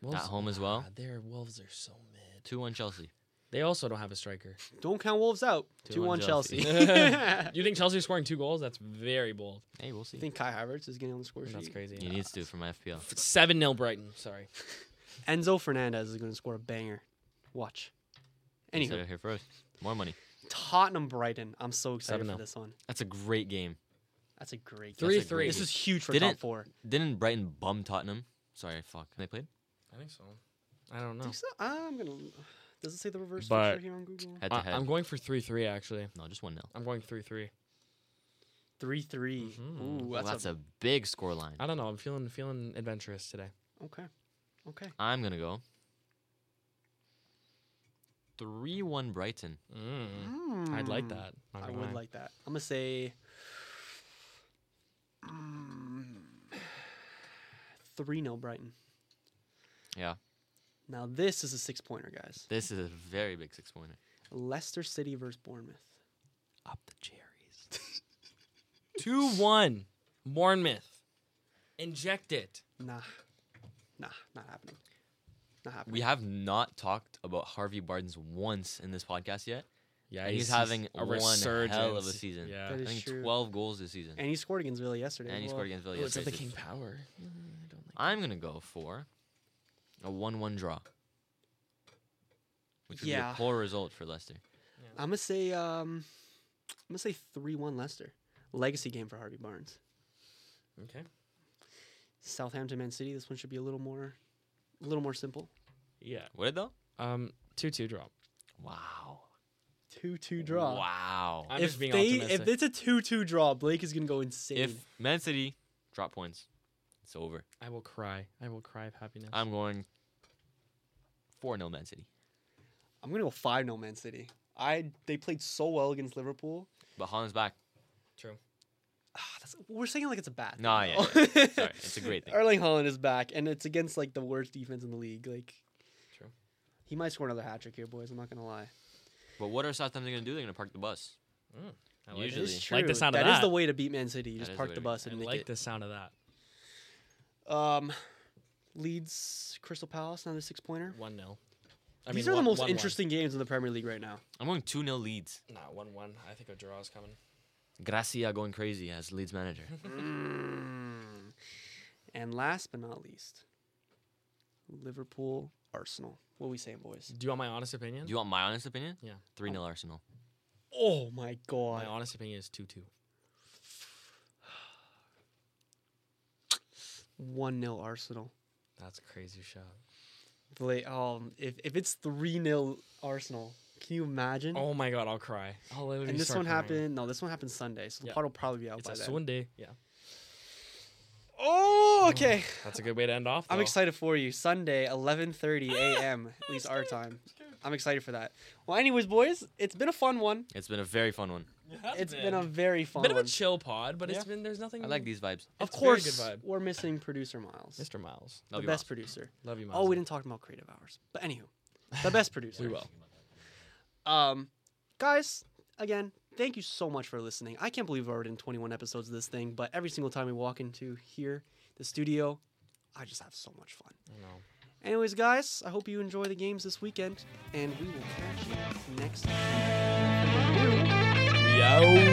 [SPEAKER 1] Wolves-
[SPEAKER 2] home as well?
[SPEAKER 1] Ah, their Wolves are so mid.
[SPEAKER 2] Two one Chelsea.
[SPEAKER 1] They also don't have a striker.
[SPEAKER 3] Don't count Wolves out.
[SPEAKER 2] Two
[SPEAKER 3] Two one
[SPEAKER 2] one
[SPEAKER 3] Chelsea. I
[SPEAKER 1] you think Chelsea scoring two goals? That's very bold.
[SPEAKER 2] Hey, we'll see.
[SPEAKER 3] think Kai Havertz is getting on the score sheet.
[SPEAKER 1] That's crazy.
[SPEAKER 2] He needs to for my FPL.
[SPEAKER 1] Seven 0 Brighton. Sorry.
[SPEAKER 3] Enzo Fernandez is going to score a banger. Watch.
[SPEAKER 2] He said
[SPEAKER 3] Anywho,
[SPEAKER 2] it here first. More money.
[SPEAKER 3] Tottenham Brighton. I'm so excited
[SPEAKER 1] 7-0.
[SPEAKER 3] for this one.
[SPEAKER 2] That's a great game.
[SPEAKER 3] That's a great game.
[SPEAKER 1] Three
[SPEAKER 2] That's a
[SPEAKER 1] three.
[SPEAKER 2] great
[SPEAKER 3] This is huge for
[SPEAKER 2] Didn't-
[SPEAKER 3] top four.
[SPEAKER 2] Didn't Brighton bum Tottenham? Sorry, fuck. They played
[SPEAKER 1] I think so. I don't know.
[SPEAKER 3] Think so? I'm gonna. Does it say the reverse
[SPEAKER 1] But-
[SPEAKER 3] picture here on Google?
[SPEAKER 2] head to
[SPEAKER 1] I,
[SPEAKER 2] head.
[SPEAKER 1] am going for three three actually.
[SPEAKER 2] no, just one nil.
[SPEAKER 1] I'm going three three.
[SPEAKER 3] Three three.
[SPEAKER 1] Mhm.
[SPEAKER 3] Ooh,
[SPEAKER 2] Mm-hmm. Well,
[SPEAKER 3] that's,
[SPEAKER 2] that's
[SPEAKER 3] a,
[SPEAKER 2] a, big score line.
[SPEAKER 1] I don't know. I'm feeling feeling adventurous today.
[SPEAKER 3] okay. Okay.
[SPEAKER 2] I'm gonna go three one Brighton.
[SPEAKER 1] Mm. I'd like
[SPEAKER 3] Mm.
[SPEAKER 1] that. not
[SPEAKER 3] I
[SPEAKER 1] gonna
[SPEAKER 3] would
[SPEAKER 1] lie.
[SPEAKER 3] like that. I'm gonna say mm, three 0 Brighton.
[SPEAKER 2] Yeah,
[SPEAKER 3] Now this is a six pointer, guys.
[SPEAKER 2] this is a very big six pointer.
[SPEAKER 3] Leicester City versus Bournemouth.
[SPEAKER 2] Up the cherries.
[SPEAKER 1] two one. Bournemouth. Inject it.
[SPEAKER 3] Nah, nah, not happening. Not happening.
[SPEAKER 2] We have not talked about Harvey Barnes once in this podcast yet.
[SPEAKER 1] Yeah,
[SPEAKER 2] And he's having one hell of a season.
[SPEAKER 1] Yeah.
[SPEAKER 3] That
[SPEAKER 2] I
[SPEAKER 3] is
[SPEAKER 2] think
[SPEAKER 3] true.
[SPEAKER 2] 12 goals this season. And,
[SPEAKER 3] and he scored against Villa yesterday. as
[SPEAKER 2] he
[SPEAKER 3] well.
[SPEAKER 2] scored against Villa
[SPEAKER 1] Oh, it's
[SPEAKER 2] yesterday.
[SPEAKER 1] the
[SPEAKER 2] so
[SPEAKER 1] King Power. Mm, I don't like
[SPEAKER 2] I'm going to go for a 1 1 draw, which would be
[SPEAKER 3] Yeah.
[SPEAKER 2] a poor result for Leicester.
[SPEAKER 3] I'm gonna say um, I'm gonna say three one Leicester. Legacy game for Harvey Barnes.
[SPEAKER 1] Okay.
[SPEAKER 3] Southampton Man City. This one should be a little more, a little more simple.
[SPEAKER 1] Yeah.
[SPEAKER 2] Would it though?
[SPEAKER 1] Um, two two drop.
[SPEAKER 2] Wow.
[SPEAKER 3] Two two draw.
[SPEAKER 2] Wow.
[SPEAKER 1] I'm
[SPEAKER 3] if
[SPEAKER 1] just being
[SPEAKER 3] they
[SPEAKER 1] optimistic.
[SPEAKER 3] if it's a two two draw, Blake is gonna go insane.
[SPEAKER 2] If Man City drop points, it's over.
[SPEAKER 1] I will cry. I will cry of happiness.
[SPEAKER 2] I'm going 4 0 Man City.
[SPEAKER 3] I'm gonna go five 0 Man City. I they played so well against Liverpool.
[SPEAKER 2] But Holland's back.
[SPEAKER 1] True.
[SPEAKER 3] Ah, that's, we're saying like it's a bad.
[SPEAKER 2] Nah,
[SPEAKER 3] thing,
[SPEAKER 2] yeah,
[SPEAKER 3] though.
[SPEAKER 2] Sorry, it's a great thing.
[SPEAKER 3] Erling Holland is back, and it's against like the worst defense in the league. Like,
[SPEAKER 1] True.
[SPEAKER 3] He He might score another hat trick here, boys. I'm not gonna lie.
[SPEAKER 2] But what are Southampton going to do? They're going to park the bus.
[SPEAKER 1] I like
[SPEAKER 3] It
[SPEAKER 2] Usually.
[SPEAKER 1] it.
[SPEAKER 3] is
[SPEAKER 1] Like the
[SPEAKER 3] true.
[SPEAKER 1] sound of
[SPEAKER 3] That is the
[SPEAKER 1] that.
[SPEAKER 3] way to beat Man City. You
[SPEAKER 2] That
[SPEAKER 3] just
[SPEAKER 2] is the
[SPEAKER 3] park
[SPEAKER 2] way
[SPEAKER 3] the
[SPEAKER 2] to
[SPEAKER 3] bus
[SPEAKER 2] beat-
[SPEAKER 1] I
[SPEAKER 3] and make
[SPEAKER 1] like
[SPEAKER 3] it.
[SPEAKER 1] the sound of that.
[SPEAKER 3] Um, Leeds, Crystal Palace, another six pointer.
[SPEAKER 1] One 0 I
[SPEAKER 3] These
[SPEAKER 1] mean,
[SPEAKER 3] are the
[SPEAKER 1] one-
[SPEAKER 3] most
[SPEAKER 1] one-one.
[SPEAKER 3] interesting games in the Premier League right now.
[SPEAKER 2] I'm going 2 0 Leeds.
[SPEAKER 1] Nah, one one. I think a draw is coming.
[SPEAKER 2] Gracia going crazy as Leeds manager.
[SPEAKER 3] Mm. And last but not least, Liverpool, Arsenal. What we saying, boys?
[SPEAKER 1] Do you want my honest opinion?
[SPEAKER 2] Do you want my honest opinion?
[SPEAKER 1] Yeah.
[SPEAKER 2] 3 0 Arsenal.
[SPEAKER 3] Oh my
[SPEAKER 1] my
[SPEAKER 3] god!
[SPEAKER 1] honest opinion is two two.
[SPEAKER 3] One 0 Arsenal.
[SPEAKER 1] That's a crazy shot.
[SPEAKER 3] Vla- um, if if it's three 0 Arsenal, can you imagine?
[SPEAKER 1] Oh my god, I'll cry. I'll literally
[SPEAKER 3] and this
[SPEAKER 1] start
[SPEAKER 3] one
[SPEAKER 1] crying.
[SPEAKER 3] happened. No, this one happened Sunday, so the
[SPEAKER 1] Yeah.
[SPEAKER 3] pod will probably be out
[SPEAKER 1] It's
[SPEAKER 3] by
[SPEAKER 1] a
[SPEAKER 3] then.
[SPEAKER 1] Sunday. Yeah,
[SPEAKER 3] Oh, okay.
[SPEAKER 1] that's a good way to end off.
[SPEAKER 3] I'm
[SPEAKER 1] though.
[SPEAKER 3] excited for you. Sunday, 11:30 a.m. at least our time. I'm excited for that. Well, anyways, boys, it's been a fun one.
[SPEAKER 2] It's been a very fun one.
[SPEAKER 3] It's been a very fun
[SPEAKER 1] bit of
[SPEAKER 3] one.
[SPEAKER 1] a chill pod, but
[SPEAKER 3] Yeah.
[SPEAKER 1] it's been there's nothing.
[SPEAKER 2] I
[SPEAKER 3] Mm.
[SPEAKER 2] like these vibes.
[SPEAKER 3] of
[SPEAKER 1] it's very good
[SPEAKER 3] course,
[SPEAKER 1] vibe.
[SPEAKER 3] we're missing producer Miles,
[SPEAKER 1] Mr. Miles.
[SPEAKER 2] Love
[SPEAKER 3] the
[SPEAKER 2] you,
[SPEAKER 3] best
[SPEAKER 2] Miles.
[SPEAKER 3] producer.
[SPEAKER 1] Love you, Miles.
[SPEAKER 3] Oh, we didn't talk about creative hours, but anywho, the best producer.
[SPEAKER 1] We will.
[SPEAKER 3] Um, guys, again, thank you so much for listening. I can't believe we're already in 21 episodes of this thing, but every single time we walk into here, the studio, I just have so much fun.
[SPEAKER 1] I know.
[SPEAKER 3] Anyways, guys, I hope you enjoy the games this weekend, and we will catch you next week.
[SPEAKER 1] We out.